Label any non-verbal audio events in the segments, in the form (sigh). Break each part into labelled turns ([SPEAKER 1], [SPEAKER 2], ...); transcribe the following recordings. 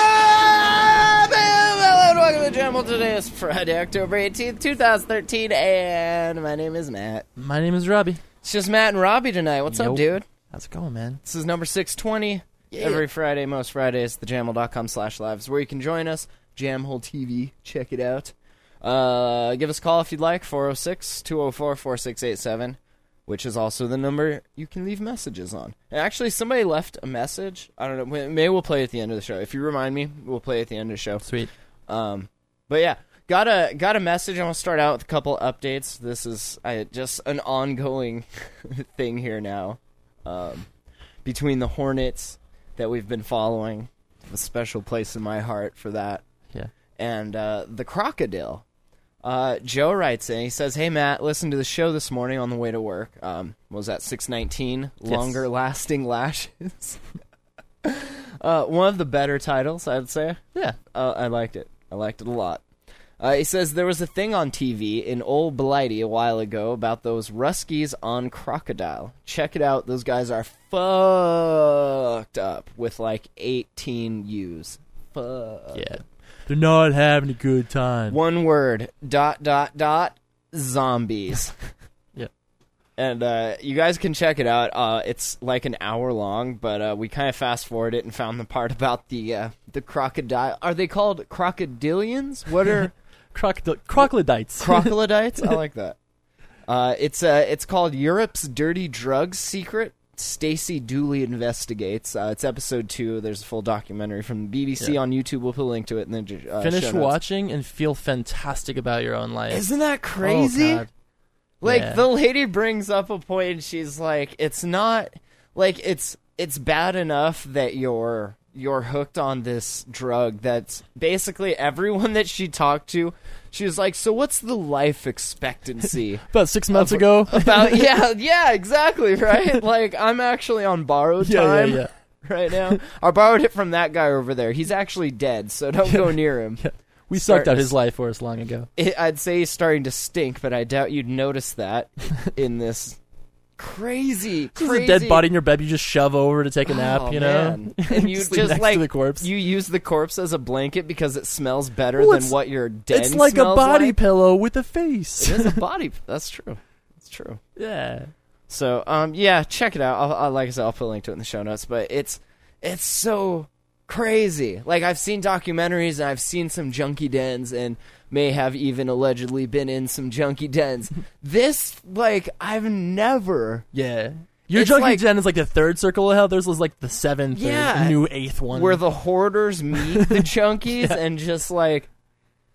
[SPEAKER 1] Ah, Hello and welcome to Jamble. Today is Friday, October 18th, 2013, and my name is Matt.
[SPEAKER 2] My name is Robbie.
[SPEAKER 1] It's just Matt and Robbie tonight. What's up,
[SPEAKER 2] Yo.
[SPEAKER 1] dude?
[SPEAKER 2] How's it going, man?
[SPEAKER 1] This is number 620. Every Friday, most Fridays, thejamble.com slash live is where you can join us. Jamhole TV, check it out. Uh, give us a call if you'd like, 406 204 4687, which is also the number you can leave messages on. And actually, somebody left a message. I don't know. we- Maybe we'll play at the end of the show. If you remind me, we'll play at the end of the show.
[SPEAKER 2] Sweet.
[SPEAKER 1] Um, but yeah, got a got a message. I want to start out with a couple updates. This is I, just an ongoing (laughs) thing here now um, between the Hornets that we've been following, a special place in my heart for that,
[SPEAKER 2] Yeah.
[SPEAKER 1] and uh, the Crocodile. Uh, Joe writes in. He says, "Hey Matt, listened to the show this morning on the way to work. Um, what was that six nineteen? Longer lasting (laughs) lashes. uh, one of the better titles, I'd say.
[SPEAKER 2] Yeah.
[SPEAKER 1] Uh, I liked it. I liked it a lot. Uh, he says there was a thing on TV in Old Blighty a while ago about those Ruskies on Crocodile. Check it out. Those guys are fucked up with like 18 U's. Fuck.
[SPEAKER 2] Yeah. Uh, They're not having a good time.
[SPEAKER 1] One word. Dot, dot, dot. Zombies.
[SPEAKER 2] Yep.
[SPEAKER 1] And uh, you guys can check it out. Uh, it's like an hour long, but uh, we kind of fast forward it and found the part about the uh, the crocodile. Are they called crocodilians? What are
[SPEAKER 2] Crocodil- crocodites.
[SPEAKER 1] Crocodites? I like that. Uh, it's uh, it's called Europe's Dirty Drugs Secret. Stacy Dooley investigates. Uh, it's episode two. There's a full documentary from the BBC
[SPEAKER 2] Yeah.
[SPEAKER 1] on YouTube. We'll put a link to it in the uh,
[SPEAKER 2] (laughs) Finish
[SPEAKER 1] show notes.
[SPEAKER 2] watching and feel fantastic about your own life.
[SPEAKER 1] Isn't that
[SPEAKER 2] Oh,
[SPEAKER 1] crazy?
[SPEAKER 2] God.
[SPEAKER 1] like
[SPEAKER 2] Yeah.
[SPEAKER 1] the lady brings up a point and she's like it's not like it's it's bad enough that you're you're hooked on this drug that's basically everyone that she talked to she was like so what's the life
[SPEAKER 2] (laughs)
[SPEAKER 1] expectancy
[SPEAKER 2] About six months (laughs) ago.
[SPEAKER 1] about yeah yeah exactly
[SPEAKER 2] (laughs)
[SPEAKER 1] right like i'm actually on borrowed
[SPEAKER 2] Yeah, yeah,
[SPEAKER 1] time
[SPEAKER 2] yeah.
[SPEAKER 1] (laughs) right now i borrowed it from that guy over there he's actually dead so don't
[SPEAKER 2] (laughs)
[SPEAKER 1] go near him
[SPEAKER 2] we
[SPEAKER 1] Start-
[SPEAKER 2] sucked out his life for us long ago.
[SPEAKER 1] it, I'd say he's starting to stink, but I doubt you'd notice
[SPEAKER 2] (laughs)
[SPEAKER 1] that in this crazy,
[SPEAKER 2] This
[SPEAKER 1] crazy
[SPEAKER 2] is a dead body in your bed you just shove over to take a nap,
[SPEAKER 1] Oh,
[SPEAKER 2] you know? (laughs)
[SPEAKER 1] man. and you just,
[SPEAKER 2] Just lean next to
[SPEAKER 1] like
[SPEAKER 2] the corpse.
[SPEAKER 1] you use the corpse as a blanket because it smells better
[SPEAKER 2] Well,
[SPEAKER 1] than
[SPEAKER 2] it's-
[SPEAKER 1] what your den
[SPEAKER 2] It's like a
[SPEAKER 1] smells
[SPEAKER 2] body
[SPEAKER 1] like.
[SPEAKER 2] pillow with a face.
[SPEAKER 1] it is a body. That's true. That's true.
[SPEAKER 2] (laughs) yeah.
[SPEAKER 1] So, um, yeah, check it out. I'll, I'll, like I said, I'll put a link to it in the show notes. But it's it's so crazy. Like I've seen documentaries and I've seen some junkie dens and may have even allegedly been in some junkie
[SPEAKER 2] (laughs)
[SPEAKER 1] dens. this, like, I've never.
[SPEAKER 2] Yeah. Your
[SPEAKER 1] It's
[SPEAKER 2] junkie
[SPEAKER 1] like-
[SPEAKER 2] gen is like the third circle of hell. Theirs was like the seventh
[SPEAKER 1] Yeah.
[SPEAKER 2] or new eighth one.
[SPEAKER 1] Where
[SPEAKER 2] (laughs)
[SPEAKER 1] the hoarders meet the junkies and just like.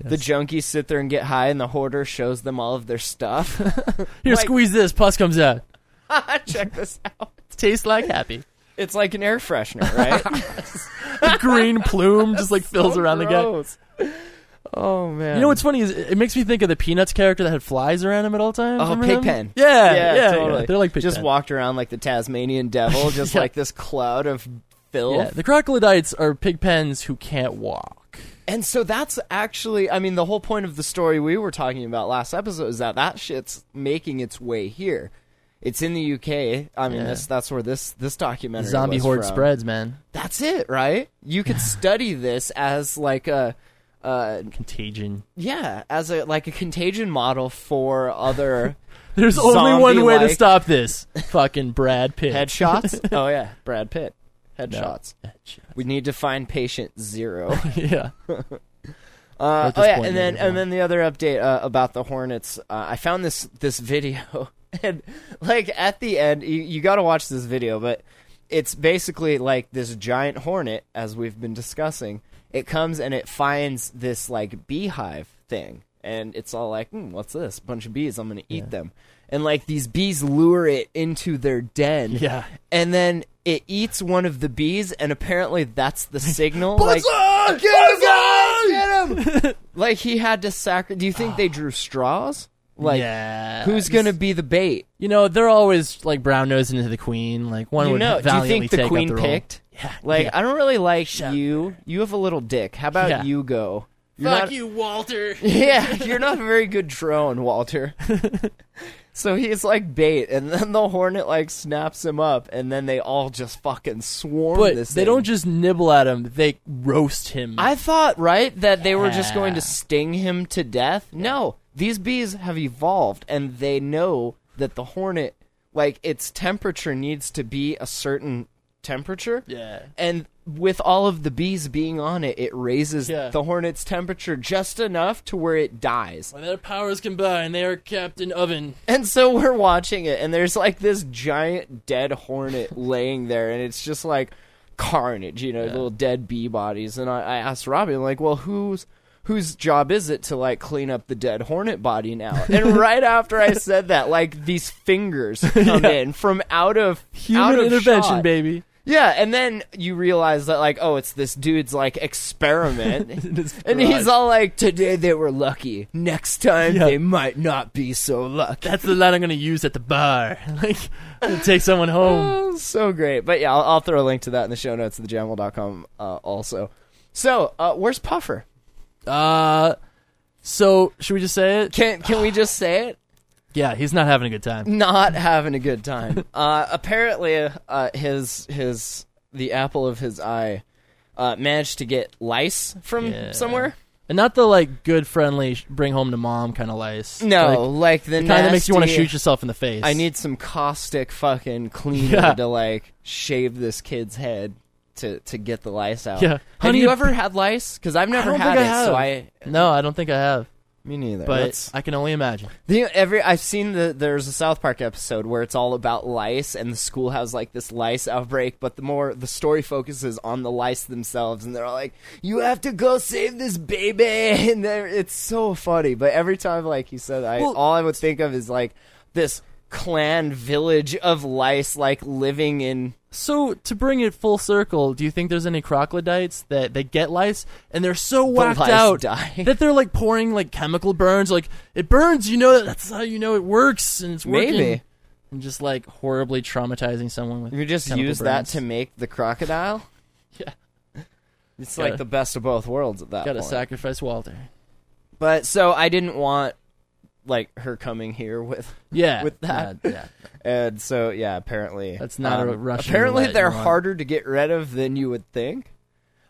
[SPEAKER 1] The junkies sit there and get high, and the hoarder shows them all of their
[SPEAKER 2] (laughs)
[SPEAKER 1] stuff. (laughs)
[SPEAKER 2] Here,
[SPEAKER 1] like-
[SPEAKER 2] squeeze this. Pus comes out.
[SPEAKER 1] Check this out.
[SPEAKER 2] Tastes like happy.
[SPEAKER 1] It's like an air freshener,
[SPEAKER 2] (laughs)
[SPEAKER 1] right? (laughs)
[SPEAKER 2] The green plume just like fills around the guy.
[SPEAKER 1] Gross. Oh man!
[SPEAKER 2] You know what's funny is it it makes me think of the Peanuts character that had flies around him at all times.
[SPEAKER 1] Oh,
[SPEAKER 2] Remember him?
[SPEAKER 1] Pigpen.
[SPEAKER 2] Yeah, yeah, yeah, They're like Pigpen.
[SPEAKER 1] just walked around like the Tasmanian
[SPEAKER 2] (laughs)
[SPEAKER 1] devil, just
[SPEAKER 2] Yeah.
[SPEAKER 1] like this cloud of filth.
[SPEAKER 2] Yeah, the crocodites are pigpens who can't walk.
[SPEAKER 1] And so that's actually, I mean, the whole point of the story we were talking about last episode is that that shit's making its way here. It's in the UK. I mean,
[SPEAKER 2] Yeah.
[SPEAKER 1] this, that's where this this documentary
[SPEAKER 2] Zombie
[SPEAKER 1] was
[SPEAKER 2] horde
[SPEAKER 1] from.
[SPEAKER 2] spreads, man.
[SPEAKER 1] That's it, right? You
[SPEAKER 2] (laughs)
[SPEAKER 1] could study this as like a. Uh, (laughs)
[SPEAKER 2] Contagion.
[SPEAKER 1] yeah, as a like a contagion model for other
[SPEAKER 2] There's only one way to
[SPEAKER 1] Zombie-like.
[SPEAKER 2] stop this. Fucking Brad Pitt.
[SPEAKER 1] headshots. (laughs) oh yeah, Brad Pitt headshots. We need to find patient zero.
[SPEAKER 2] (laughs)
[SPEAKER 1] (laughs)
[SPEAKER 2] yeah.
[SPEAKER 1] Uh,
[SPEAKER 2] At
[SPEAKER 1] oh
[SPEAKER 2] this
[SPEAKER 1] yeah,
[SPEAKER 2] point,
[SPEAKER 1] and
[SPEAKER 2] yeah,
[SPEAKER 1] then
[SPEAKER 2] you're
[SPEAKER 1] and then the other update uh, about the Hornets. Uh, I found this this video, (laughs) and like at the end, you, you got to watch this video, but it's basically like this giant hornet, as we've been discussing. It comes and it finds this like beehive thing, and it's all like, hmm, "What's this? Bunch of bees. I'm gonna eat them." and like these bees lure it into their den.
[SPEAKER 2] Yeah.
[SPEAKER 1] And then it eats one of the bees, and apparently that's the
[SPEAKER 2] (laughs)
[SPEAKER 1] signal. like,
[SPEAKER 2] Get him!
[SPEAKER 1] (laughs) like he had to sacrifice. Do you think they drew straws? Like,
[SPEAKER 2] yeah.
[SPEAKER 1] who's gonna be the bait?
[SPEAKER 2] You know, they're always like brown nosing into the queen. Like one
[SPEAKER 1] You
[SPEAKER 2] would
[SPEAKER 1] know, do you
[SPEAKER 2] valiantly
[SPEAKER 1] think the
[SPEAKER 2] take up
[SPEAKER 1] queen
[SPEAKER 2] the role.
[SPEAKER 1] picked?
[SPEAKER 2] Yeah.
[SPEAKER 1] Like,
[SPEAKER 2] yeah.
[SPEAKER 1] I don't really like you. You have a little dick. How about
[SPEAKER 2] Yeah.
[SPEAKER 1] you go? You're not-
[SPEAKER 2] you, (laughs) Walter.
[SPEAKER 1] (laughs) Yeah, you're not a very good drone,
[SPEAKER 2] (laughs)
[SPEAKER 1] Walter. so he's like bait, and then the hornet like snaps him up, and then they all just fucking swarm
[SPEAKER 2] But
[SPEAKER 1] this.
[SPEAKER 2] they
[SPEAKER 1] thing.
[SPEAKER 2] don't just nibble at him; they roast him.
[SPEAKER 1] I thought right that they were just going to
[SPEAKER 2] Yeah.
[SPEAKER 1] sting him to death. No, these bees have evolved, and they know that the hornet, like its temperature, needs to be a certain temperature.
[SPEAKER 2] yeah.
[SPEAKER 1] And with all of the bees being on it, it raises
[SPEAKER 2] Yeah.
[SPEAKER 1] the hornet's temperature just enough to where it dies.
[SPEAKER 2] When their powers combine, they are Captain Oven.
[SPEAKER 1] And so we're watching it, and there's like this giant dead
[SPEAKER 2] (laughs)
[SPEAKER 1] hornet laying there, and it's just like carnage, you know, little dead bee bodies. And I, I asked Robbie, I'm like, well, whose whose job is it to like clean up the dead hornet body
[SPEAKER 2] (laughs)
[SPEAKER 1] now? And right after I said that, like these fingers come in from out of
[SPEAKER 2] Human
[SPEAKER 1] out of
[SPEAKER 2] intervention,
[SPEAKER 1] shot.
[SPEAKER 2] baby.
[SPEAKER 1] Yeah, and then you realize that like, oh, it's this dude's like experiment.
[SPEAKER 2] (laughs) This
[SPEAKER 1] and
[SPEAKER 2] garage.
[SPEAKER 1] he's all like, today they were lucky. Next time
[SPEAKER 2] Yeah.
[SPEAKER 1] they might not be so lucky.
[SPEAKER 2] That's the line I'm gonna use at the bar. (laughs) like, I'm gonna take someone home.
[SPEAKER 1] (laughs) Oh, so great. But yeah, I'll, I'll throw a link to that in the show notes at thejamal.com uh, also. So, uh, where's Puffer?
[SPEAKER 2] Uh, so should we just say it?
[SPEAKER 1] Can can we just say it?
[SPEAKER 2] Yeah, he's not having a good
[SPEAKER 1] (sighs)
[SPEAKER 2] time.
[SPEAKER 1] Not having a good time. (laughs) Uh, apparently, uh, his his the apple of his eye uh, managed to get lice from
[SPEAKER 2] Yeah.
[SPEAKER 1] somewhere.
[SPEAKER 2] And not the like good friendly sh- bring home to mom kind of lice.
[SPEAKER 1] No, like, the
[SPEAKER 2] like, kind of makes you want to
[SPEAKER 1] nasty-
[SPEAKER 2] shoot yourself in the face.
[SPEAKER 1] I need some caustic fucking cleaner
[SPEAKER 2] Yeah.
[SPEAKER 1] to like shave this kid's head to to get the lice out.
[SPEAKER 2] Yeah.
[SPEAKER 1] Have
[SPEAKER 2] Honey,
[SPEAKER 1] you
[SPEAKER 2] I-
[SPEAKER 1] ever had lice? Because I've
[SPEAKER 2] I
[SPEAKER 1] never
[SPEAKER 2] don't
[SPEAKER 1] had
[SPEAKER 2] think I
[SPEAKER 1] it,
[SPEAKER 2] have.
[SPEAKER 1] so I
[SPEAKER 2] No, I don't think I have.
[SPEAKER 1] me neither.
[SPEAKER 2] But
[SPEAKER 1] That's-
[SPEAKER 2] I can only imagine.
[SPEAKER 1] The, every I've seen the there's a South Park episode where it's all about lice and the school has like this lice outbreak, but the more the story focuses on the lice themselves, and they're all like, "You have to go save this baby," (laughs) and they're- it's so funny. But every time like you said, I
[SPEAKER 2] Well-
[SPEAKER 1] all I would think of is like this clan village of lice like living in
[SPEAKER 2] So to bring it full circle, do you think there's any crocodites that they get lice and they're so whacked
[SPEAKER 1] lice
[SPEAKER 2] out
[SPEAKER 1] die.
[SPEAKER 2] that they're like pouring like chemical burns, like it burns, you know that's how you know it works and it's working.
[SPEAKER 1] Maybe.
[SPEAKER 2] And just like horribly traumatizing someone with
[SPEAKER 1] you just
[SPEAKER 2] chemical
[SPEAKER 1] use that
[SPEAKER 2] burns.
[SPEAKER 1] to make the crocodile.
[SPEAKER 2] (laughs) Yeah.
[SPEAKER 1] It's
[SPEAKER 2] Gotta-
[SPEAKER 1] like the best of both worlds at that
[SPEAKER 2] gotta
[SPEAKER 1] point.
[SPEAKER 2] sacrifice Walter.
[SPEAKER 1] But so I didn't want like her coming here with
[SPEAKER 2] Yeah.
[SPEAKER 1] with that.
[SPEAKER 2] yeah, yeah.
[SPEAKER 1] And so yeah, apparently um,
[SPEAKER 2] That's not a Russian
[SPEAKER 1] Apparently
[SPEAKER 2] roulette
[SPEAKER 1] they're
[SPEAKER 2] you want.
[SPEAKER 1] harder to get rid of than you would think.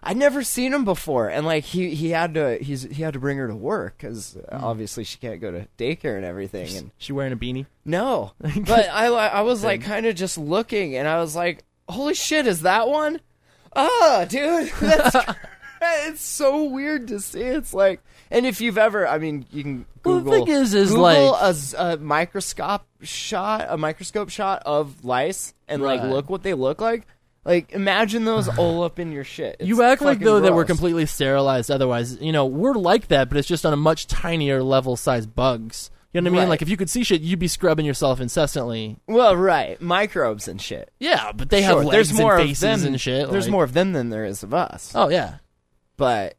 [SPEAKER 1] I'd never seen him before, and like he he had to he's he had to bring her to work because
[SPEAKER 2] Mm.
[SPEAKER 1] obviously she can't go to daycare and (laughs) everything. And
[SPEAKER 2] She wearing a beanie? (laughs)
[SPEAKER 1] no, but I li- I was like kind of just looking, and I was like, holy shit, is that one? Ah, dude, (laughs)
[SPEAKER 2] (laughs)
[SPEAKER 1] that's it's so weird to see. It's like, and if you've ever, I mean, you can
[SPEAKER 2] Well, the
[SPEAKER 1] Google.
[SPEAKER 2] thing is- is
[SPEAKER 1] Google
[SPEAKER 2] like-
[SPEAKER 1] a, s- a microscope shot, a microscope shot of lice, and like
[SPEAKER 2] Right.
[SPEAKER 1] look what they look like. Like imagine
[SPEAKER 2] (sighs)
[SPEAKER 1] those all up in your shit. It's
[SPEAKER 2] You act like
[SPEAKER 1] fucking
[SPEAKER 2] though that we're
[SPEAKER 1] gross.
[SPEAKER 2] completely sterilized. Otherwise, you know, we're like that, but it's just on a much tinier level size bugs. You know what I mean?
[SPEAKER 1] Right.
[SPEAKER 2] Like if you could see shit, you'd be scrubbing yourself incessantly.
[SPEAKER 1] well, right? Microbes and shit.
[SPEAKER 2] Yeah, but they have
[SPEAKER 1] Sure,
[SPEAKER 2] legs
[SPEAKER 1] there's more
[SPEAKER 2] and faces
[SPEAKER 1] of them
[SPEAKER 2] and shit.
[SPEAKER 1] There's
[SPEAKER 2] like-
[SPEAKER 1] more of them than there is of us.
[SPEAKER 2] Oh yeah,
[SPEAKER 1] But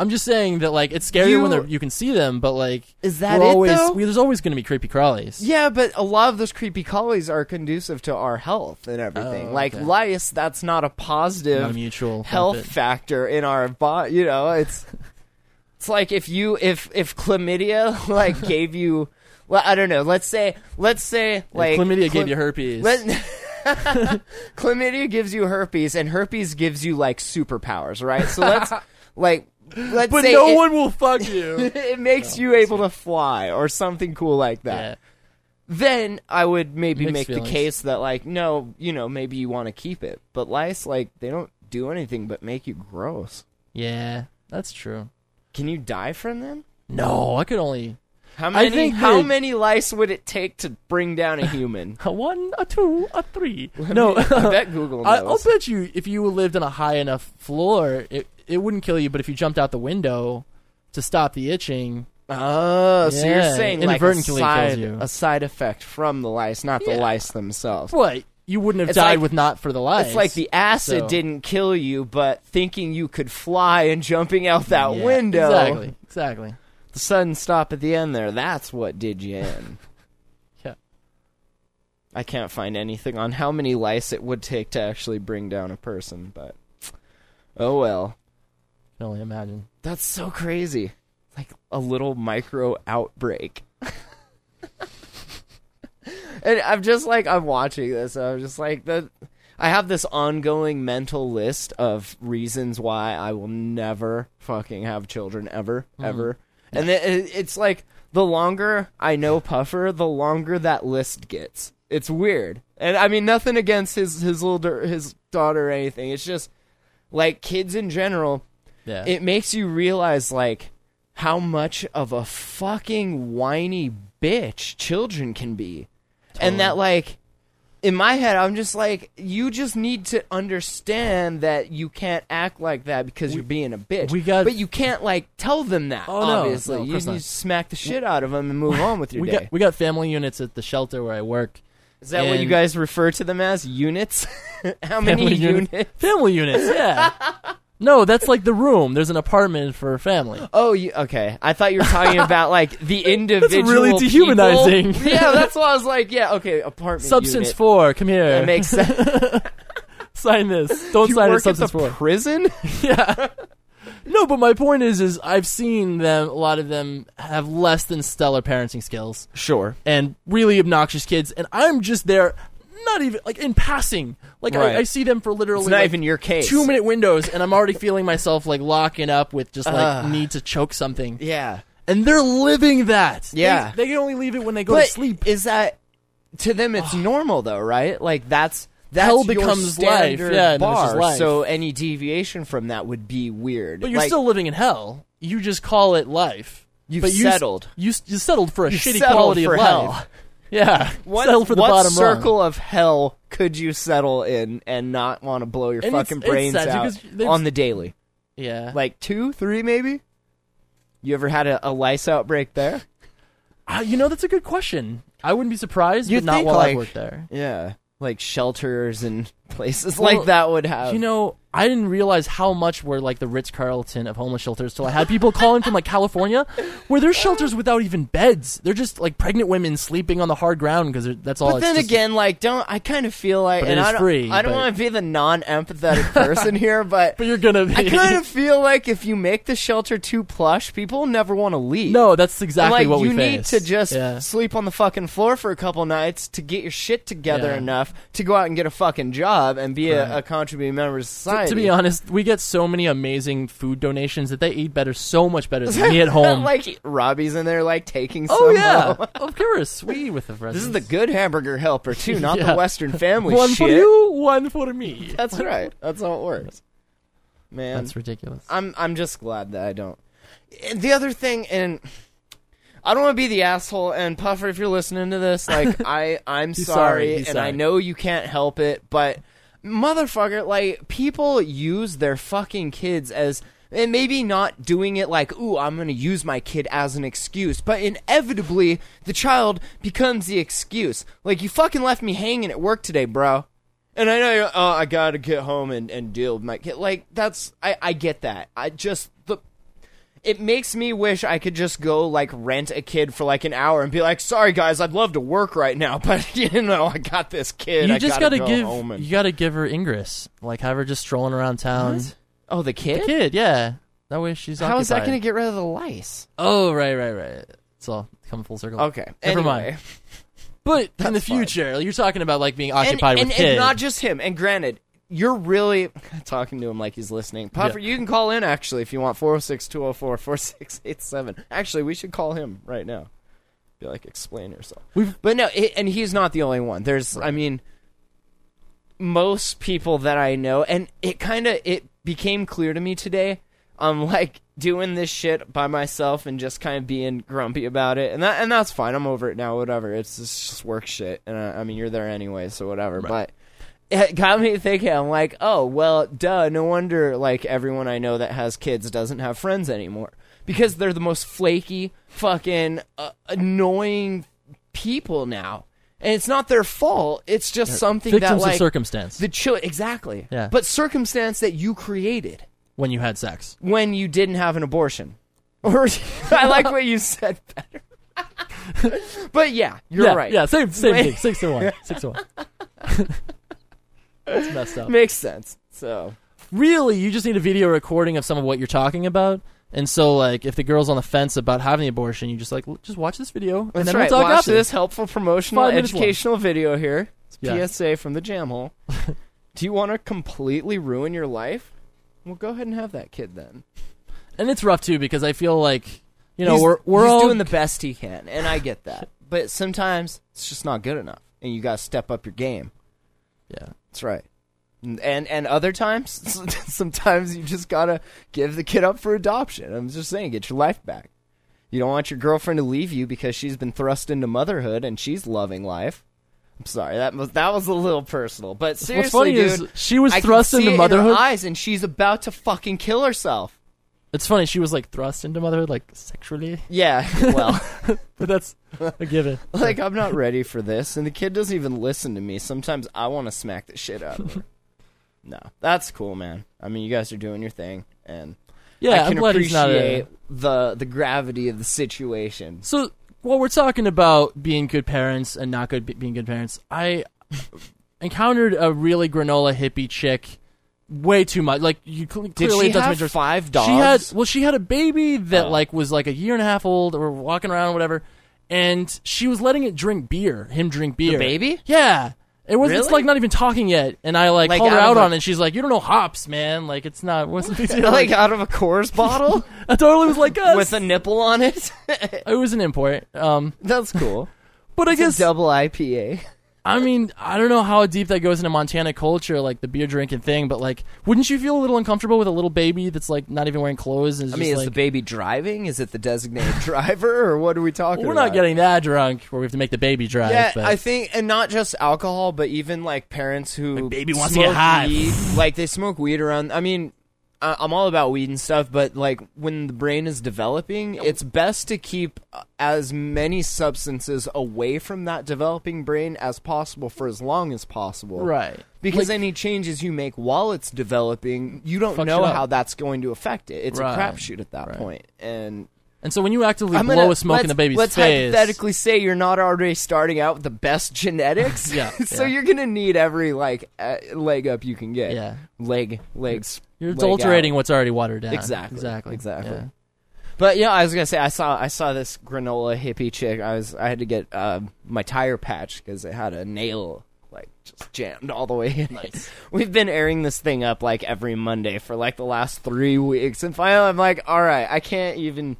[SPEAKER 2] I'm just saying that like it's scary
[SPEAKER 1] You-
[SPEAKER 2] when they're- you can see them, but like
[SPEAKER 1] Is that
[SPEAKER 2] we're
[SPEAKER 1] it,
[SPEAKER 2] always,
[SPEAKER 1] though?
[SPEAKER 2] we- there's always going to be creepy crawlies.
[SPEAKER 1] Yeah, but a lot of those creepy collies are conducive to our health and everything.
[SPEAKER 2] Oh,
[SPEAKER 1] Like
[SPEAKER 2] okay.
[SPEAKER 1] lice, that's not a positive
[SPEAKER 2] Not a mutual
[SPEAKER 1] health
[SPEAKER 2] benefit.
[SPEAKER 1] factor in our body. You know,
[SPEAKER 2] (laughs)
[SPEAKER 1] it's it's like if you if if chlamydia (laughs) like gave you, well, I don't know. Let's say let's say like
[SPEAKER 2] chlamydia
[SPEAKER 1] chlam-
[SPEAKER 2] gave you herpes.
[SPEAKER 1] let- (laughs)
[SPEAKER 2] (laughs)
[SPEAKER 1] chlamydia gives you herpes, and herpes gives you like superpowers, right? So let's like
[SPEAKER 2] (laughs)
[SPEAKER 1] let's
[SPEAKER 2] but
[SPEAKER 1] say
[SPEAKER 2] no
[SPEAKER 1] it,
[SPEAKER 2] one will fuck you.
[SPEAKER 1] (laughs) it makes you able to fly or something cool like that
[SPEAKER 2] yeah.
[SPEAKER 1] then I would maybe
[SPEAKER 2] Mixed
[SPEAKER 1] make
[SPEAKER 2] feelings.
[SPEAKER 1] the case that like no, you know, maybe you want to keep it. But lice like they don't do anything but make you gross.
[SPEAKER 2] yeah, that's true.
[SPEAKER 1] Can you die from them?
[SPEAKER 2] No, I could only
[SPEAKER 1] How
[SPEAKER 2] I
[SPEAKER 1] many
[SPEAKER 2] think
[SPEAKER 1] how
[SPEAKER 2] that-
[SPEAKER 1] many lice would it take to bring down a human?
[SPEAKER 2] a one, a two, a
[SPEAKER 1] (laughs)
[SPEAKER 2] three. (laughs) no,
[SPEAKER 1] I bet Google
[SPEAKER 2] I, I'll
[SPEAKER 1] knows.
[SPEAKER 2] bet you if you lived on a high enough floor, it it wouldn't kill you. But if you jumped out the window to stop the itching,
[SPEAKER 1] (laughs) Oh, so you're
[SPEAKER 2] Yeah,
[SPEAKER 1] saying like a
[SPEAKER 2] inadvertently kills
[SPEAKER 1] side,
[SPEAKER 2] you.
[SPEAKER 1] a side effect from the lice, not the
[SPEAKER 2] Yeah.
[SPEAKER 1] lice themselves.
[SPEAKER 2] What? You wouldn't have
[SPEAKER 1] It's
[SPEAKER 2] died
[SPEAKER 1] like-
[SPEAKER 2] with not for the lies.
[SPEAKER 1] It's like the acid
[SPEAKER 2] So-
[SPEAKER 1] didn't kill you, but thinking you could fly and jumping out that
[SPEAKER 2] Yeah,
[SPEAKER 1] window.
[SPEAKER 2] Exactly. Exactly.
[SPEAKER 1] The sudden stop at the end there, that's what did you in.
[SPEAKER 2] Yeah.
[SPEAKER 1] I can't find anything on how many lice it would take to actually bring down a person, but oh well.
[SPEAKER 2] can only imagine.
[SPEAKER 1] That's so crazy. Like a little micro outbreak. (laughs) and I'm just like I'm watching this. and I'm just like the I have this ongoing mental list of reasons why I will never fucking have children ever ever. And it- it, it's like the longer I know Puffer, the longer that list gets. It's weird. And I mean nothing against his his little da- his daughter or anything. It's just like kids in general
[SPEAKER 2] Yeah.
[SPEAKER 1] it makes you realize like how much of a fucking whiny bitch children can be and that like in my head i'm just like you just need to understand that you can't act like that because you're being a bitch
[SPEAKER 2] we got-
[SPEAKER 1] but you can't like tell them that
[SPEAKER 2] Oh, no, no,
[SPEAKER 1] obviously
[SPEAKER 2] of
[SPEAKER 1] you
[SPEAKER 2] course
[SPEAKER 1] you
[SPEAKER 2] not.
[SPEAKER 1] smack the shit out of them and
[SPEAKER 2] (laughs)
[SPEAKER 1] move on with your
[SPEAKER 2] we
[SPEAKER 1] day
[SPEAKER 2] got we got family units at the shelter where
[SPEAKER 1] (laughs)
[SPEAKER 2] I work.
[SPEAKER 1] is that what you
[SPEAKER 2] and-
[SPEAKER 1] guys refer to them as units (laughs) how many
[SPEAKER 2] Family
[SPEAKER 1] units
[SPEAKER 2] unit- Family
[SPEAKER 1] (laughs)
[SPEAKER 2] units. Yeah. no, that's like the room. There's an apartment for a family.
[SPEAKER 1] Oh, you, okay. I thought you were
[SPEAKER 2] (laughs)
[SPEAKER 1] talking about like the individual.
[SPEAKER 2] really
[SPEAKER 1] people.
[SPEAKER 2] dehumanizing.
[SPEAKER 1] (laughs) yeah, that's why I was like, yeah, okay, apartment.
[SPEAKER 2] Substance
[SPEAKER 1] unit.
[SPEAKER 2] four. Come here.
[SPEAKER 1] That makes sense.
[SPEAKER 2] (laughs) sign this. Don't
[SPEAKER 1] you
[SPEAKER 2] sign it.
[SPEAKER 1] work at the
[SPEAKER 2] Substance four.
[SPEAKER 1] prison.
[SPEAKER 2] No, but my point is, is I've seen them. A lot of them have less than stellar parenting skills
[SPEAKER 1] Sure.
[SPEAKER 2] and really obnoxious kids, and I'm just there. Not even like in passing. Like
[SPEAKER 1] Right.
[SPEAKER 2] I, I see them for literally
[SPEAKER 1] It's not
[SPEAKER 2] like,
[SPEAKER 1] even your case.
[SPEAKER 2] two minute windows, and I'm already feeling myself like locking up with just like need to choke something.
[SPEAKER 1] Yeah.
[SPEAKER 2] And they're living that. They-
[SPEAKER 1] Yeah.
[SPEAKER 2] they, can only leave it when they go
[SPEAKER 1] but
[SPEAKER 2] to sleep.
[SPEAKER 1] Is that to them?
[SPEAKER 2] (sighs)
[SPEAKER 1] It's normal though, right? Like that's that's
[SPEAKER 2] Hell
[SPEAKER 1] your
[SPEAKER 2] becomes life,
[SPEAKER 1] standard
[SPEAKER 2] yeah, and it's just
[SPEAKER 1] bar.
[SPEAKER 2] life.
[SPEAKER 1] So any deviation from that would be weird.
[SPEAKER 2] But you're
[SPEAKER 1] Like,
[SPEAKER 2] still living in hell. You just call it life.
[SPEAKER 1] You've
[SPEAKER 2] but you s-
[SPEAKER 1] settled.
[SPEAKER 2] You, s- you settled for a shitty
[SPEAKER 1] settled
[SPEAKER 2] quality
[SPEAKER 1] for
[SPEAKER 2] of
[SPEAKER 1] hell.
[SPEAKER 2] life. (laughs) Yeah,
[SPEAKER 1] What,
[SPEAKER 2] settled for the
[SPEAKER 1] what
[SPEAKER 2] bottom rung.
[SPEAKER 1] circle of hell could you settle in and not want to blow your
[SPEAKER 2] And it's-
[SPEAKER 1] fucking
[SPEAKER 2] it's
[SPEAKER 1] brains
[SPEAKER 2] sad
[SPEAKER 1] out
[SPEAKER 2] because there's-
[SPEAKER 1] on the daily?
[SPEAKER 2] Yeah,
[SPEAKER 1] like two, three, maybe. You ever had a, a lice outbreak there?
[SPEAKER 2] Uh, you know that's a good question. I wouldn't be surprised,
[SPEAKER 1] You'd
[SPEAKER 2] but not
[SPEAKER 1] think,
[SPEAKER 2] while
[SPEAKER 1] like-
[SPEAKER 2] I worked there.
[SPEAKER 1] Yeah, like shelters
[SPEAKER 2] (laughs)
[SPEAKER 1] and places
[SPEAKER 2] Well,
[SPEAKER 1] like that would have.
[SPEAKER 2] you know, I didn't realize how much were like the Ritz Carlton of homeless shelters till I had people calling from like California, where there's shelters without even beds. They're just like pregnant women sleeping on the hard ground because that's all.
[SPEAKER 1] but
[SPEAKER 2] it's
[SPEAKER 1] then
[SPEAKER 2] just-
[SPEAKER 1] again, like don't I kind of feel like,
[SPEAKER 2] But it
[SPEAKER 1] and
[SPEAKER 2] is
[SPEAKER 1] I don't,
[SPEAKER 2] free,
[SPEAKER 1] I don't
[SPEAKER 2] but-
[SPEAKER 1] want to be the
[SPEAKER 2] (laughs)
[SPEAKER 1] non-empathetic person here, but,
[SPEAKER 2] but (laughs) you're gonna. Be,
[SPEAKER 1] I kind of feel like if you make the shelter too plush, people will never want to leave.
[SPEAKER 2] (laughs) no, that's exactly
[SPEAKER 1] like
[SPEAKER 2] what
[SPEAKER 1] you
[SPEAKER 2] we
[SPEAKER 1] need
[SPEAKER 2] face.
[SPEAKER 1] to just
[SPEAKER 2] Yeah.
[SPEAKER 1] sleep on the fucking floor for a couple nights to get your shit together
[SPEAKER 2] Yeah.
[SPEAKER 1] enough to go out and get a fucking job and be a, a contributing member of
[SPEAKER 2] To-
[SPEAKER 1] society.
[SPEAKER 2] To be honest, we get so many amazing food donations that they eat better, so much better
[SPEAKER 1] (laughs)
[SPEAKER 2] than me at home.
[SPEAKER 1] like Robbie's in there, like taking.
[SPEAKER 2] oh
[SPEAKER 1] some
[SPEAKER 2] yeah,
[SPEAKER 1] home. (laughs)
[SPEAKER 2] of course we eat with the friends.
[SPEAKER 1] this is the good hamburger helper too, not
[SPEAKER 2] (laughs) Yeah.
[SPEAKER 1] the Western Family
[SPEAKER 2] one
[SPEAKER 1] shit.
[SPEAKER 2] for you, one for me.
[SPEAKER 1] That's right. That's how it works, man.
[SPEAKER 2] That's ridiculous.
[SPEAKER 1] I'm I'm just glad that I don't. And the other thing, and I don't want to be the asshole. And Puffer, if you're listening to this,
[SPEAKER 2] (laughs)
[SPEAKER 1] like I I'm
[SPEAKER 2] He's
[SPEAKER 1] sorry,
[SPEAKER 2] sorry,
[SPEAKER 1] and
[SPEAKER 2] he's
[SPEAKER 1] I
[SPEAKER 2] sorry.
[SPEAKER 1] know you can't help it, but motherfucker, like people use their fucking kids as. And maybe not doing it like, ooh, I'm going to use my kid as an excuse. But inevitably, the child becomes the excuse. Like, you fucking left me hanging at work today, bro. And I know, you're, oh, I gotta get home and, and deal with my kid. Like, that's, I, I get that. I just, the, it makes me wish I could just go, like, rent a kid for, like, an hour and be like, sorry, guys, I'd love to work right now, (laughs) but, you know, I got this kid.
[SPEAKER 2] you
[SPEAKER 1] I
[SPEAKER 2] just
[SPEAKER 1] gotta, go
[SPEAKER 2] give
[SPEAKER 1] home and-
[SPEAKER 2] you gotta give her ingress like have her just strolling around town
[SPEAKER 1] oh, the kid?
[SPEAKER 2] kid yeah that way she's
[SPEAKER 1] How is that gonna
[SPEAKER 2] occupied.
[SPEAKER 1] get rid of the lice?
[SPEAKER 2] oh right right right it's all come full circle
[SPEAKER 1] Okay.
[SPEAKER 2] never
[SPEAKER 1] anyway.
[SPEAKER 2] mind but in the
[SPEAKER 1] fine.
[SPEAKER 2] future you're talking about like being
[SPEAKER 1] and,
[SPEAKER 2] occupied
[SPEAKER 1] and,
[SPEAKER 2] with
[SPEAKER 1] and
[SPEAKER 2] kids
[SPEAKER 1] not just him. And granted, you're really (laughs) talking to him like he's listening. Puffer, you can call in actually if you want 406 204 4687. Actually, we should call him right now. Be like, explain yourself.
[SPEAKER 2] We've-
[SPEAKER 1] but no, it, and he's not the only one. There's, I mean, most people that I know, and it kind of it became clear to me today. I'm like doing this shit by myself and just kind of being grumpy about it, and that and that's fine. I'm over it now. Whatever. It's it's just work shit, and I, I mean you're there anyway, so whatever. But it got me thinking. I'm like, oh well, duh. No wonder like everyone I know that has kids doesn't have friends anymore because they're the most flaky, fucking uh, annoying people now. And it's not their fault. It's just something
[SPEAKER 2] victims
[SPEAKER 1] that like
[SPEAKER 2] of circumstance
[SPEAKER 1] the chill exactly.
[SPEAKER 2] Yeah.
[SPEAKER 1] But circumstance that you created
[SPEAKER 2] when you had sex.
[SPEAKER 1] when you didn't have an abortion. (laughs) Or I like what you said better. (laughs) but yeah, you're
[SPEAKER 2] yeah,
[SPEAKER 1] right.
[SPEAKER 2] Yeah, same same
[SPEAKER 1] Wait.
[SPEAKER 2] thing. Six to one.
[SPEAKER 1] (laughs)
[SPEAKER 2] Six to one. That's messed up.
[SPEAKER 1] Makes sense. So
[SPEAKER 2] Really, you just need a video recording of some of what you're talking about. And so, like, if the girl's on the fence about having the abortion, you just like l- just watch this video and
[SPEAKER 1] that's
[SPEAKER 2] then
[SPEAKER 1] right.
[SPEAKER 2] we'll talk
[SPEAKER 1] Watch
[SPEAKER 2] after
[SPEAKER 1] this helpful promotional
[SPEAKER 2] Five minutes long.
[SPEAKER 1] educational video here. It's
[SPEAKER 2] Yeah.
[SPEAKER 1] PSA from the jam
[SPEAKER 2] (laughs)
[SPEAKER 1] hole. Do you want to completely ruin your life? Well, go ahead and have that kid then.
[SPEAKER 2] And it's rough too because I feel like you know
[SPEAKER 1] he's,
[SPEAKER 2] we're we're
[SPEAKER 1] he's
[SPEAKER 2] all
[SPEAKER 1] doing the best he can, and I get
[SPEAKER 2] (laughs)
[SPEAKER 1] that. but sometimes it's just not good enough, and you got to step up your game.
[SPEAKER 2] yeah.
[SPEAKER 1] That's right. And and other times, (laughs) sometimes you just gotta give the kid up for adoption. I'm just saying, get your life back. You don't want your girlfriend to leave you because she's been thrust into motherhood and she's loving life. I'm sorry that was that was a little personal, but seriously,
[SPEAKER 2] funny is
[SPEAKER 1] dude,
[SPEAKER 2] she was
[SPEAKER 1] I can
[SPEAKER 2] thrust
[SPEAKER 1] see
[SPEAKER 2] into
[SPEAKER 1] it in her
[SPEAKER 2] motherhood?
[SPEAKER 1] eyes, and she's about to fucking kill herself.
[SPEAKER 2] It's funny she was like thrust into motherhood like sexually, (laughs)
[SPEAKER 1] Yeah, well,
[SPEAKER 2] but that's
[SPEAKER 1] (laughs)
[SPEAKER 2] a given.
[SPEAKER 1] like I'm not ready for this, and the kid doesn't even listen to me. Sometimes I want to smack the shit out
[SPEAKER 2] (laughs)
[SPEAKER 1] of her. no, that's cool, man. I mean, you guys are doing your thing, and
[SPEAKER 2] Yeah,
[SPEAKER 1] I
[SPEAKER 2] am
[SPEAKER 1] can
[SPEAKER 2] glad he's not
[SPEAKER 1] appreciate
[SPEAKER 2] a,
[SPEAKER 1] the the gravity of the situation.
[SPEAKER 2] So while we're talking about being good parents and not good being good parents, I encountered a really granola hippie chick way too much. Like you cl-
[SPEAKER 1] Did
[SPEAKER 2] clearly
[SPEAKER 1] she
[SPEAKER 2] it doesn't
[SPEAKER 1] have
[SPEAKER 2] make sense.
[SPEAKER 1] five
[SPEAKER 2] She had
[SPEAKER 1] dogs?
[SPEAKER 2] (laughs) well, she had a baby that
[SPEAKER 1] Oh.
[SPEAKER 2] like was like a year and a half old or walking around or whatever, and she was letting it drink beer. Him drink beer.
[SPEAKER 1] baby?
[SPEAKER 2] Yeah. It was. It's
[SPEAKER 1] Really?
[SPEAKER 2] like not even talking yet, and I like,
[SPEAKER 1] Like,
[SPEAKER 2] called her
[SPEAKER 1] out
[SPEAKER 2] out
[SPEAKER 1] of a-
[SPEAKER 2] on it. and She's like, "You don't know hops, man. Like it's not. What's the
[SPEAKER 1] (laughs)
[SPEAKER 2] big deal?"
[SPEAKER 1] like out of a Coors bottle
[SPEAKER 2] (laughs) I totally was like, "Us."
[SPEAKER 1] with a nipple on it. (laughs)
[SPEAKER 2] it was an import. Um,
[SPEAKER 1] That's cool.
[SPEAKER 2] but I
[SPEAKER 1] It's
[SPEAKER 2] guess
[SPEAKER 1] a double IPA.
[SPEAKER 2] I mean, I don't know how deep that goes into Montana culture, like the beer drinking thing, but like, wouldn't you feel a little uncomfortable with a little baby that's like not even wearing clothes? And is
[SPEAKER 1] I mean,
[SPEAKER 2] just,
[SPEAKER 1] is
[SPEAKER 2] like,
[SPEAKER 1] the baby driving? Is it the designated (laughs) driver, or what are we talking?
[SPEAKER 2] We're
[SPEAKER 1] about?
[SPEAKER 2] not getting that drunk where we have to make the baby drive.
[SPEAKER 1] Yeah,
[SPEAKER 2] but
[SPEAKER 1] I think, and not just alcohol, but even like parents who
[SPEAKER 2] baby wants to
[SPEAKER 1] smoke
[SPEAKER 2] get high. (laughs)
[SPEAKER 1] weed, like they smoke weed around. I mean, I- I'm all about weed and stuff, but like when the brain is developing, it's best to keep uh, as many substances away from that developing brain as possible for as long as possible.
[SPEAKER 2] Right.
[SPEAKER 1] Because
[SPEAKER 2] Like-
[SPEAKER 1] any changes you make while it's developing, you don't
[SPEAKER 2] Fucks
[SPEAKER 1] know
[SPEAKER 2] it up.
[SPEAKER 1] how that's going to affect it. It's
[SPEAKER 2] Right.
[SPEAKER 1] a crapshoot at that point. And
[SPEAKER 2] and so when you actively
[SPEAKER 1] I'm
[SPEAKER 2] blow
[SPEAKER 1] gonna-
[SPEAKER 2] a smoke in
[SPEAKER 1] let's-
[SPEAKER 2] the baby's
[SPEAKER 1] let's
[SPEAKER 2] face,
[SPEAKER 1] hypothetically say you're not already starting out with the best (laughs) genetics.
[SPEAKER 2] Yeah,
[SPEAKER 1] so
[SPEAKER 2] yeah.
[SPEAKER 1] you're gonna need every like uh, leg up you can get.
[SPEAKER 2] Yeah.
[SPEAKER 1] Leg legs.
[SPEAKER 2] you're
[SPEAKER 1] leg
[SPEAKER 2] adulterating
[SPEAKER 1] out.
[SPEAKER 2] what's already watered down.
[SPEAKER 1] Exactly.
[SPEAKER 2] Exactly.
[SPEAKER 1] Exactly.
[SPEAKER 2] Yeah.
[SPEAKER 1] But yeah, I was gonna say I saw I saw this granola hippie chick. I was I had to get uh, my tire patched because it had a nail like just jammed all the way in. Nice. (laughs) We've been airing this thing up like every Monday for like the last three weeks, and finally I'm like, all right, I can't even.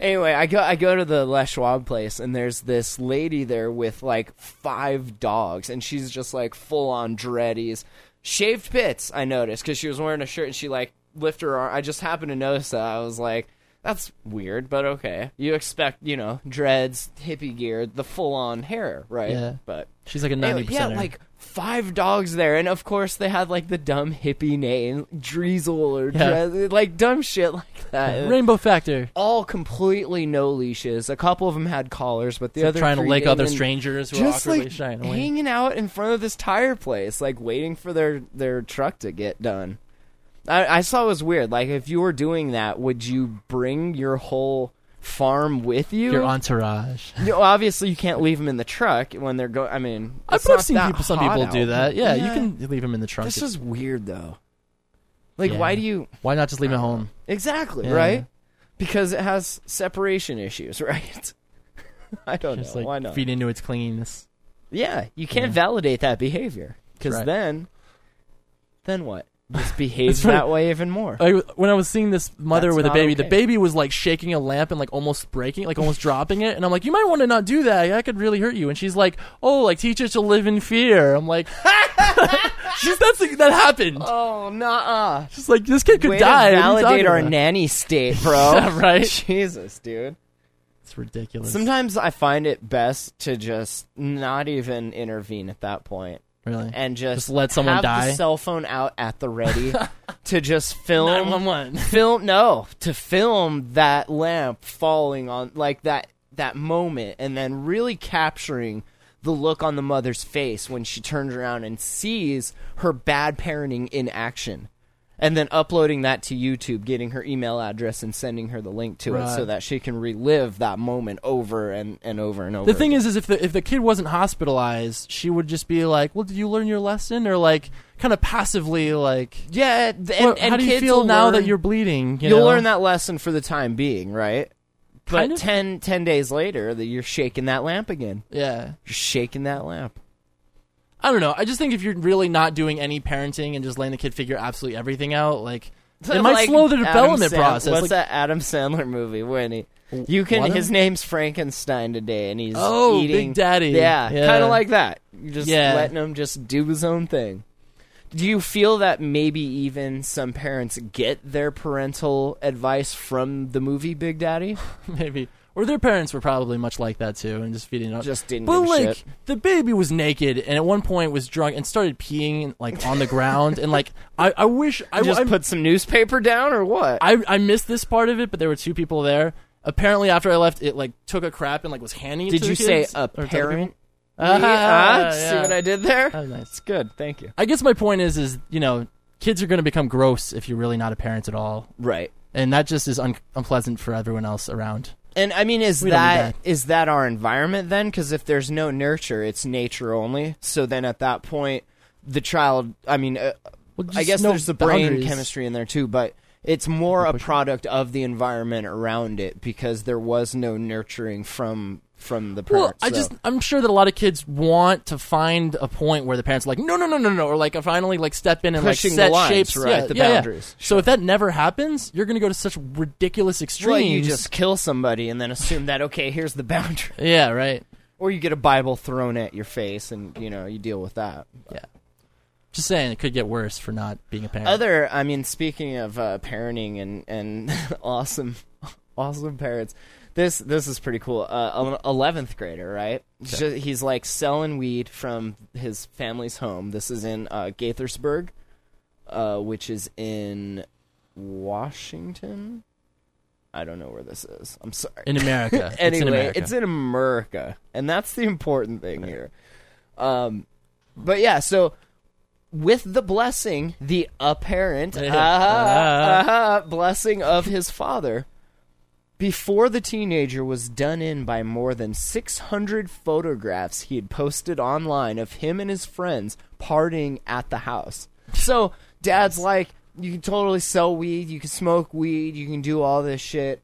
[SPEAKER 1] anyway, I go I go to the Les Schwab place, and there's this lady there with like five dogs, and she's just like full on dreadies, shaved pits. I noticed because she was wearing a shirt, and she like lifted her arm. I just happened to notice that. I was like. That's weird, but okay. You expect, you know, dreads, hippie gear, the full on hair, right?
[SPEAKER 2] Yeah.
[SPEAKER 1] But
[SPEAKER 2] She's like a
[SPEAKER 1] Anyway,
[SPEAKER 2] ninety
[SPEAKER 1] yeah,
[SPEAKER 2] percent.
[SPEAKER 1] like five dogs there, and of course they had like the dumb hippie name, Dreasel or
[SPEAKER 2] Yeah.
[SPEAKER 1] Dre- like dumb shit like
[SPEAKER 2] (laughs)
[SPEAKER 1] that.
[SPEAKER 2] rainbow factor.
[SPEAKER 1] All completely no leashes. A couple of them had collars, but the other
[SPEAKER 2] trying to
[SPEAKER 1] three
[SPEAKER 2] lick other
[SPEAKER 1] didn't.
[SPEAKER 2] strangers who are
[SPEAKER 1] Just
[SPEAKER 2] awkwardly
[SPEAKER 1] like
[SPEAKER 2] shying away.
[SPEAKER 1] hanging out in front of this tire place, like waiting for their their truck to get done. I, I saw it was weird. Like if you were doing that, would you bring your whole farm with you?
[SPEAKER 2] Your entourage.
[SPEAKER 1] You know, obviously, you can't leave them in the truck when they're going. I mean,
[SPEAKER 2] I've
[SPEAKER 1] it's
[SPEAKER 2] probably
[SPEAKER 1] not
[SPEAKER 2] seen
[SPEAKER 1] that
[SPEAKER 2] people. Some
[SPEAKER 1] hot
[SPEAKER 2] people do
[SPEAKER 1] out.
[SPEAKER 2] that. Yeah,
[SPEAKER 1] Yeah.
[SPEAKER 2] you can leave him in the trunk.
[SPEAKER 1] This is weird, though. Like,
[SPEAKER 2] Yeah.
[SPEAKER 1] why do you
[SPEAKER 2] Why not just leave him at home?
[SPEAKER 1] exactly
[SPEAKER 2] Yeah.
[SPEAKER 1] right? Because it has separation issues, (laughs) right? I don't
[SPEAKER 2] Just
[SPEAKER 1] know
[SPEAKER 2] like
[SPEAKER 1] why not.
[SPEAKER 2] feed into its clinginess.
[SPEAKER 1] Yeah, you can't validate that behavior because
[SPEAKER 2] Right.
[SPEAKER 1] then, then what?
[SPEAKER 2] (laughs)
[SPEAKER 1] Just behave
[SPEAKER 2] That's right. Uh,
[SPEAKER 1] that way even more.
[SPEAKER 2] I, when I was seeing this mother
[SPEAKER 1] That's
[SPEAKER 2] with a
[SPEAKER 1] not
[SPEAKER 2] baby, the
[SPEAKER 1] okay.
[SPEAKER 2] baby was like shaking a lamp and like almost breaking, like almost dropping it. And I'm like, you might want to not do that. That could really hurt you. And she's like, oh, like teach us to live in fear. I'm like, (laughs) she's that's that happened.
[SPEAKER 1] oh, nah.
[SPEAKER 2] She's like, this kid could
[SPEAKER 1] Way
[SPEAKER 2] die.
[SPEAKER 1] to
[SPEAKER 2] What are you
[SPEAKER 1] validate
[SPEAKER 2] talking
[SPEAKER 1] our
[SPEAKER 2] about?
[SPEAKER 1] nanny state, bro.
[SPEAKER 2] (laughs) Yeah, right?
[SPEAKER 1] (laughs) Jesus, dude.
[SPEAKER 2] It's ridiculous.
[SPEAKER 1] Sometimes I find it best to just not even intervene at that point.
[SPEAKER 2] Really?
[SPEAKER 1] and just,
[SPEAKER 2] Just let someone
[SPEAKER 1] have
[SPEAKER 2] die?
[SPEAKER 1] The cell phone out at the
[SPEAKER 2] (laughs)
[SPEAKER 1] ready to just film
[SPEAKER 2] 911.
[SPEAKER 1] film no to film that lamp falling on like that that moment and then really capturing the look on the mother's face when she turns around and sees her bad parenting in action and then uploading that to YouTube getting her email address and sending her the link to it so
[SPEAKER 2] Right.
[SPEAKER 1] that she can relive that moment over and, and over and over
[SPEAKER 2] The thing is, is if the if the kid wasn't hospitalized, she would just be like, "Well, did you learn your lesson?" Or like, kind of passively, like,
[SPEAKER 1] yeah and,
[SPEAKER 2] "Well,
[SPEAKER 1] and
[SPEAKER 2] "How do you
[SPEAKER 1] kids
[SPEAKER 2] feel
[SPEAKER 1] will
[SPEAKER 2] now that
[SPEAKER 1] learn-
[SPEAKER 2] you're bleeding?" You
[SPEAKER 1] You'll
[SPEAKER 2] know?
[SPEAKER 1] learn that lesson for the time being, right? But
[SPEAKER 2] Kind of.
[SPEAKER 1] ten, 10 days later, that you're shaking that lamp again.
[SPEAKER 2] Yeah,
[SPEAKER 1] You're shaking that lamp.
[SPEAKER 2] I don't know. I just think if you're really not doing any parenting and just letting the kid figure absolutely everything out,
[SPEAKER 1] (laughs)
[SPEAKER 2] like, it might
[SPEAKER 1] Like
[SPEAKER 2] slow the
[SPEAKER 1] Adam
[SPEAKER 2] development
[SPEAKER 1] Sand-
[SPEAKER 2] process.
[SPEAKER 1] What's
[SPEAKER 2] Like,
[SPEAKER 1] that Adam Sandler movie when he? You can.
[SPEAKER 2] what
[SPEAKER 1] His
[SPEAKER 2] am-
[SPEAKER 1] name's Frankenstein today, and he's
[SPEAKER 2] Oh, Big
[SPEAKER 1] eating-
[SPEAKER 2] Daddy.
[SPEAKER 1] Yeah,
[SPEAKER 2] Yeah.
[SPEAKER 1] kind of like that. You're just
[SPEAKER 2] Yeah.
[SPEAKER 1] letting him just do his own thing. Do you feel that maybe even some parents get their parental advice from the movie Big
[SPEAKER 2] (sighs)
[SPEAKER 1] Daddy?
[SPEAKER 2] (laughs) maybe. Or their parents were probably much like that too, and just feeding it up.
[SPEAKER 1] Just didn't
[SPEAKER 2] But
[SPEAKER 1] give a
[SPEAKER 2] like
[SPEAKER 1] shit.
[SPEAKER 2] the baby was naked, and at one point was drunk and started peeing like on the ground, and like I, I wish I
[SPEAKER 1] Just
[SPEAKER 2] I'm-
[SPEAKER 1] put some newspaper down or what?
[SPEAKER 2] I I missed this part of it, but there were two people there. Apparently, after I left, it like took a crap and like was handing it.
[SPEAKER 1] Did
[SPEAKER 2] to the
[SPEAKER 1] you say
[SPEAKER 2] kids,
[SPEAKER 1] a
[SPEAKER 2] or to other
[SPEAKER 1] parent?
[SPEAKER 2] people. Ah,
[SPEAKER 1] Uh, See
[SPEAKER 2] yeah.
[SPEAKER 1] what I did there?
[SPEAKER 2] That was nice.
[SPEAKER 1] It's good. Thank you.
[SPEAKER 2] I guess my point is, is you know, kids are going to become gross if you're really not a parent at all,
[SPEAKER 1] Right.
[SPEAKER 2] and that just is un- unpleasant for everyone else around.
[SPEAKER 1] And I mean, is
[SPEAKER 2] We don't need
[SPEAKER 1] that is that our environment then? Because if there's no nurture, it's nature only. So then at that point, the child. I mean, uh,
[SPEAKER 2] Well,
[SPEAKER 1] I
[SPEAKER 2] just
[SPEAKER 1] guess
[SPEAKER 2] no
[SPEAKER 1] there's the brain
[SPEAKER 2] boundaries.
[SPEAKER 1] chemistry in there too, but it's more a product of the environment around it because there was no nurturing from from the
[SPEAKER 2] Well,
[SPEAKER 1] parents.
[SPEAKER 2] I
[SPEAKER 1] so-
[SPEAKER 2] just I'm sure that a lot of kids want to find a point where the parents are like, no, no, no, no, no, or like finally like step in and
[SPEAKER 1] Pushing the
[SPEAKER 2] like set
[SPEAKER 1] lines,
[SPEAKER 2] shapes,
[SPEAKER 1] right,
[SPEAKER 2] yeah,
[SPEAKER 1] the
[SPEAKER 2] yeah, yeah.
[SPEAKER 1] boundaries.
[SPEAKER 2] So if that never happens, you're going to go to such ridiculous extremes.
[SPEAKER 1] Well, you just kill somebody and then assume that okay, here's the boundary, (laughs)
[SPEAKER 2] yeah, right.
[SPEAKER 1] or you get a Bible thrown at your face, and you know you deal with that.
[SPEAKER 2] Yeah. Just saying, it could get worse for not being a parent.
[SPEAKER 1] Other, I mean, speaking of uh, parenting and and (laughs) awesome, awesome parents, this this is pretty cool. Uh, Eleventh grader, right? He's ju- He's like selling weed from his family's home. This is in uh, Gaithersburg, uh, which is in Washington. I don't know where this is. I'm sorry
[SPEAKER 2] in America.
[SPEAKER 1] (laughs) anyway,
[SPEAKER 2] it's in America.
[SPEAKER 1] America, and that's the important thing here. Um, but yeah, so with the blessing, the apparent uh, (laughs)
[SPEAKER 2] Yeah.
[SPEAKER 1] uh, (laughs) blessing of his father, before the teenager was done in by more than 600 photographs he had posted online of him and his friends partying at the house. So, dad's like, you can totally sell weed, you can smoke weed, you can do all this shit.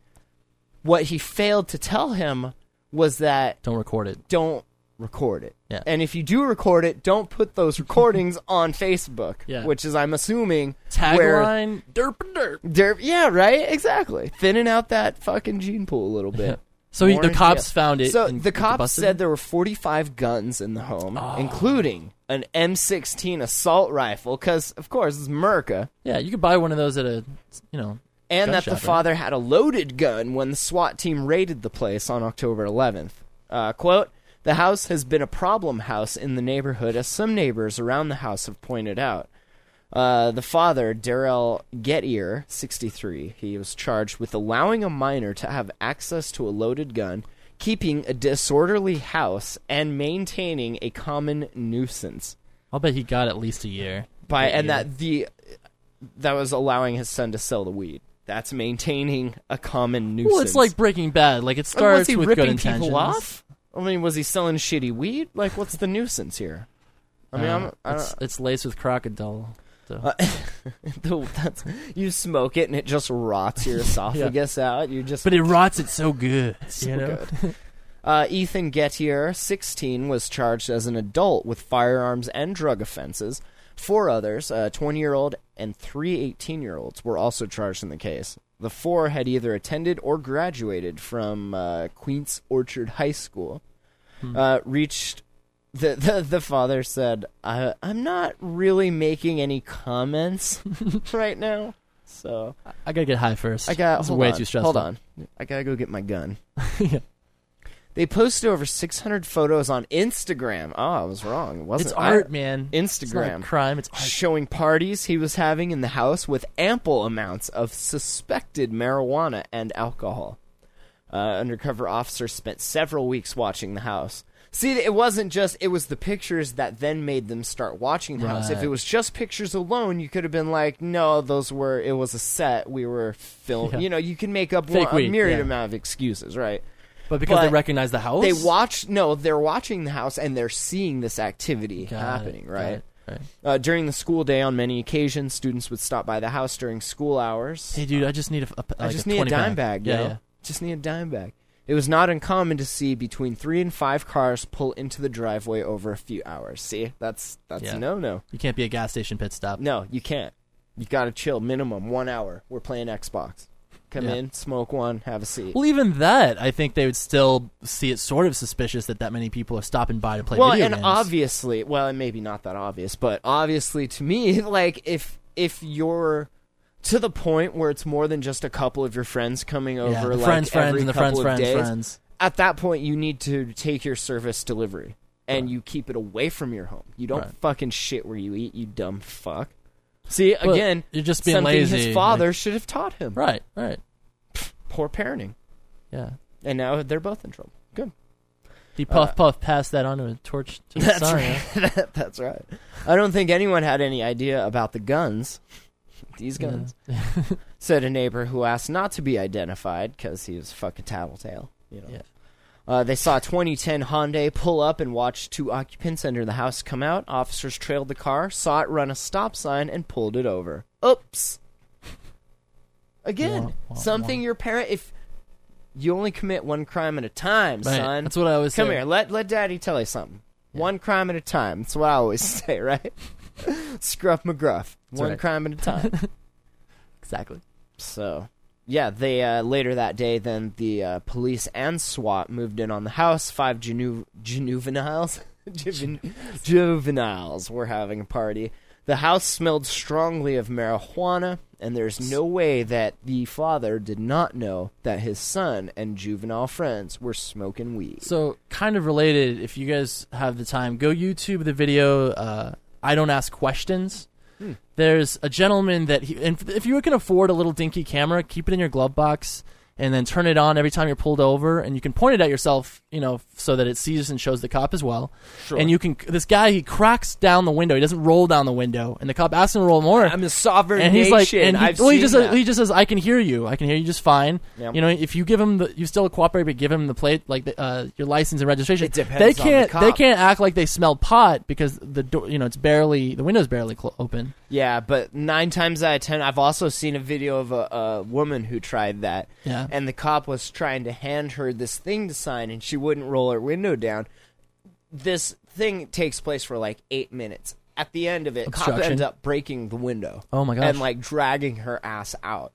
[SPEAKER 1] What he failed to tell him was that
[SPEAKER 2] Don't record it.
[SPEAKER 1] don't record it.
[SPEAKER 2] Yeah.
[SPEAKER 1] And if you do record it, don't put those
[SPEAKER 2] (laughs)
[SPEAKER 1] recordings on Facebook,
[SPEAKER 2] Yeah.
[SPEAKER 1] which is, I'm assuming, where
[SPEAKER 2] Tagline: Derp and derp.
[SPEAKER 1] they're- yeah, right, exactly. Thinning out that fucking gene pool a little bit.
[SPEAKER 2] (laughs) So he, the
[SPEAKER 1] Warrant-
[SPEAKER 2] cops
[SPEAKER 1] yeah.
[SPEAKER 2] found it.
[SPEAKER 1] So
[SPEAKER 2] and
[SPEAKER 1] the cops
[SPEAKER 2] busted Oh.
[SPEAKER 1] said
[SPEAKER 2] it?
[SPEAKER 1] there were 45 guns in the home, including an M16 assault rifle, because of course it's America,
[SPEAKER 2] "Yeah, you could buy one of those at a, you know."
[SPEAKER 1] and
[SPEAKER 2] Gun
[SPEAKER 1] that
[SPEAKER 2] shop,
[SPEAKER 1] the
[SPEAKER 2] right?
[SPEAKER 1] father had a loaded gun when the SWAT team raided the place on October 11th. Uh, quote. The house has been a problem house in the neighborhood, as some neighbors around the house have pointed out. Uh, the father, Darrell Getier, 63, he was charged with allowing a minor to have access to a loaded gun, keeping a disorderly house, and maintaining a common nuisance.
[SPEAKER 2] I'll bet he got at least a year.
[SPEAKER 1] By
[SPEAKER 2] That
[SPEAKER 1] and
[SPEAKER 2] year.
[SPEAKER 1] that the that was allowing his son to sell the weed. That's maintaining a common nuisance.
[SPEAKER 2] Well, it's like Breaking Bad. Like
[SPEAKER 1] And
[SPEAKER 2] it
[SPEAKER 1] was
[SPEAKER 2] starts
[SPEAKER 1] he
[SPEAKER 2] with
[SPEAKER 1] ripping
[SPEAKER 2] good intentions.
[SPEAKER 1] people off? I mean, was he selling shitty weed? Like, what's the nuisance here? I mean, I'm,
[SPEAKER 2] Uh,
[SPEAKER 1] I don't,
[SPEAKER 2] it's, it's laced with crocodile. So.
[SPEAKER 1] The- (laughs) that's- you smoke it and it just rots
[SPEAKER 2] (laughs)
[SPEAKER 1] your esophagus out. You just
[SPEAKER 2] but it rots it so good. you know?
[SPEAKER 1] good. Uh, Ethan Gettier, 16, was charged as an adult with firearms and drug offenses. Four others, a 20 year old and three 18 year olds, were also charged in the case. The four had either attended or graduated from uh, Queens Orchard High School. Uh, reached the, the the father said, I, "I'm not really making any comments right now." So
[SPEAKER 2] I gotta get high first.
[SPEAKER 1] I got
[SPEAKER 2] It's
[SPEAKER 1] hold
[SPEAKER 2] way
[SPEAKER 1] on,
[SPEAKER 2] too stressful. (laughs)
[SPEAKER 1] Hold on, I gotta go get my gun. They posted over 600 photos on Instagram. Oh, I was wrong. It wasn't
[SPEAKER 2] It's
[SPEAKER 1] I-
[SPEAKER 2] art, man. It's not a
[SPEAKER 1] Instagram.
[SPEAKER 2] crime. It's art.
[SPEAKER 1] Showing parties he was having in the house with ample amounts of suspected marijuana and alcohol. Uh, undercover officers spent several weeks watching the house. See, it wasn't just, it was the pictures that then made them start watching the house. If
[SPEAKER 2] Right.
[SPEAKER 1] it was just pictures alone, you could have been like, no, those were, it was a set. We were filmed.
[SPEAKER 2] Yeah.
[SPEAKER 1] You know, you can make up
[SPEAKER 2] Fake
[SPEAKER 1] one, a
[SPEAKER 2] weed,
[SPEAKER 1] myriad
[SPEAKER 2] yeah.
[SPEAKER 1] amount of excuses, right?
[SPEAKER 2] But because they
[SPEAKER 1] but
[SPEAKER 2] recognize the house,
[SPEAKER 1] They watch, no, they're watching the house and they're seeing this activity
[SPEAKER 2] Got it,
[SPEAKER 1] happening,
[SPEAKER 2] got
[SPEAKER 1] right?
[SPEAKER 2] it, right.
[SPEAKER 1] Uh, during the school day, on many occasions, students would stop by the house during school hours.
[SPEAKER 2] Hey, dude, I just need a. a-
[SPEAKER 1] I
[SPEAKER 2] like
[SPEAKER 1] just
[SPEAKER 2] a
[SPEAKER 1] need a
[SPEAKER 2] 20
[SPEAKER 1] dime bag,
[SPEAKER 2] Yeah,
[SPEAKER 1] yo.
[SPEAKER 2] yeah.
[SPEAKER 1] Just need a dime bag. It was not uncommon to see between three and five cars pull into the driveway over a few hours. See, that's that's
[SPEAKER 2] Yeah.
[SPEAKER 1] a no no.
[SPEAKER 2] You can't be a gas station pit stop.
[SPEAKER 1] No, you can't. You gotta chill minimum one hour. We're playing Xbox. Come
[SPEAKER 2] Yeah.
[SPEAKER 1] in, smoke one, have a seat.
[SPEAKER 2] Well, even that, I think they would still see it sort of suspicious that that many people are stopping by to play
[SPEAKER 1] well
[SPEAKER 2] video
[SPEAKER 1] and
[SPEAKER 2] games.
[SPEAKER 1] obviously well and maybe not that obvious but obviously to me (laughs) like if if you're to the point where it's more than just a couple of your friends coming over
[SPEAKER 2] yeah, the
[SPEAKER 1] like
[SPEAKER 2] friends, friends,
[SPEAKER 1] every
[SPEAKER 2] and the friends,
[SPEAKER 1] couple of
[SPEAKER 2] friends,
[SPEAKER 1] days,
[SPEAKER 2] friends.
[SPEAKER 1] at that point you need to take your service delivery and you keep it away from your home you don't
[SPEAKER 2] Right.
[SPEAKER 1] fucking shit where you eat you dumb fuck see
[SPEAKER 2] Well,
[SPEAKER 1] again
[SPEAKER 2] you're just being
[SPEAKER 1] something
[SPEAKER 2] lazy,
[SPEAKER 1] his father should have taught him
[SPEAKER 2] Right, right.
[SPEAKER 1] poor parenting
[SPEAKER 2] Yeah.
[SPEAKER 1] and now they're both in trouble good
[SPEAKER 2] He puff puff passed that on to a
[SPEAKER 1] (laughs)
[SPEAKER 2] torch to
[SPEAKER 1] Uh,
[SPEAKER 2] his
[SPEAKER 1] That's
[SPEAKER 2] son,
[SPEAKER 1] right. (laughs)
[SPEAKER 2] yeah.
[SPEAKER 1] That- That's right. I don't think anyone had any idea about the guns. (laughs) These guns. Said a neighbor who asked not to be identified because he was a fucking tattletale. You know.
[SPEAKER 2] Yeah.
[SPEAKER 1] Uh, they saw a 2010 Hyundai pull up and watched two occupants enter the house come out. Officers trailed the car, saw it run a stop sign, and pulled it over. Oops. Again,
[SPEAKER 2] Wah, wah,
[SPEAKER 1] something your parent if you only commit one crime at a time,
[SPEAKER 2] Right,
[SPEAKER 1] son.
[SPEAKER 2] that's what I always
[SPEAKER 1] Come
[SPEAKER 2] say.
[SPEAKER 1] here, let let daddy tell you something. One crime at a time. That's what I always (laughs) say, right? Scruff McGruff. one
[SPEAKER 2] right.
[SPEAKER 1] crime at
[SPEAKER 2] (laughs)
[SPEAKER 1] a time.
[SPEAKER 2] Exactly.
[SPEAKER 1] So, yeah, they uh, later that day, then the uh, police and SWAT moved in on the house. Five genu- juveniles, (laughs) juven- juveniles were having a party. The house smelled strongly of marijuana, and there's no way that the father did not know that his son and juvenile friends were smoking weed.
[SPEAKER 2] So, kind of related, if you guys have the time, go YouTube the video. Uh, I don't ask questions. There's a gentleman that he, and if you can afford a little dinky camera, keep it in your glove box and then turn it on every time you're pulled over, and you can point it at yourself, you know, so that it sees and shows the cop as well. Sure. And you can, this guy, he cracks down the window. He doesn't roll down the window, and the cop asks him to roll more.
[SPEAKER 1] I'm a sovereign
[SPEAKER 2] and he's
[SPEAKER 1] nation.
[SPEAKER 2] like, and he,
[SPEAKER 1] I've
[SPEAKER 2] well, he
[SPEAKER 1] seen
[SPEAKER 2] just uh,
[SPEAKER 1] that.
[SPEAKER 2] he just says, "I can hear you. I can hear you just fine."
[SPEAKER 1] Yeah.
[SPEAKER 2] You know, if you give him the, you still cooperate, but give him the plate, like the, uh, your license and registration.
[SPEAKER 1] It depends
[SPEAKER 2] They
[SPEAKER 1] on the
[SPEAKER 2] can't,
[SPEAKER 1] cop.
[SPEAKER 2] they can't act like they smell pot because the door, you know, it's barely the window's barely cl- open.
[SPEAKER 1] Yeah, but nine times out of ten, I've also seen a video of a, a woman who tried that.
[SPEAKER 2] Yeah.
[SPEAKER 1] And the cop was trying to hand her this thing to sign, and she wouldn't roll her window down. This thing takes place for like eight minutes. At the end of it, cop
[SPEAKER 2] Obstruction.
[SPEAKER 1] ends up breaking the window.
[SPEAKER 2] Oh my gosh.
[SPEAKER 1] And like dragging her ass out.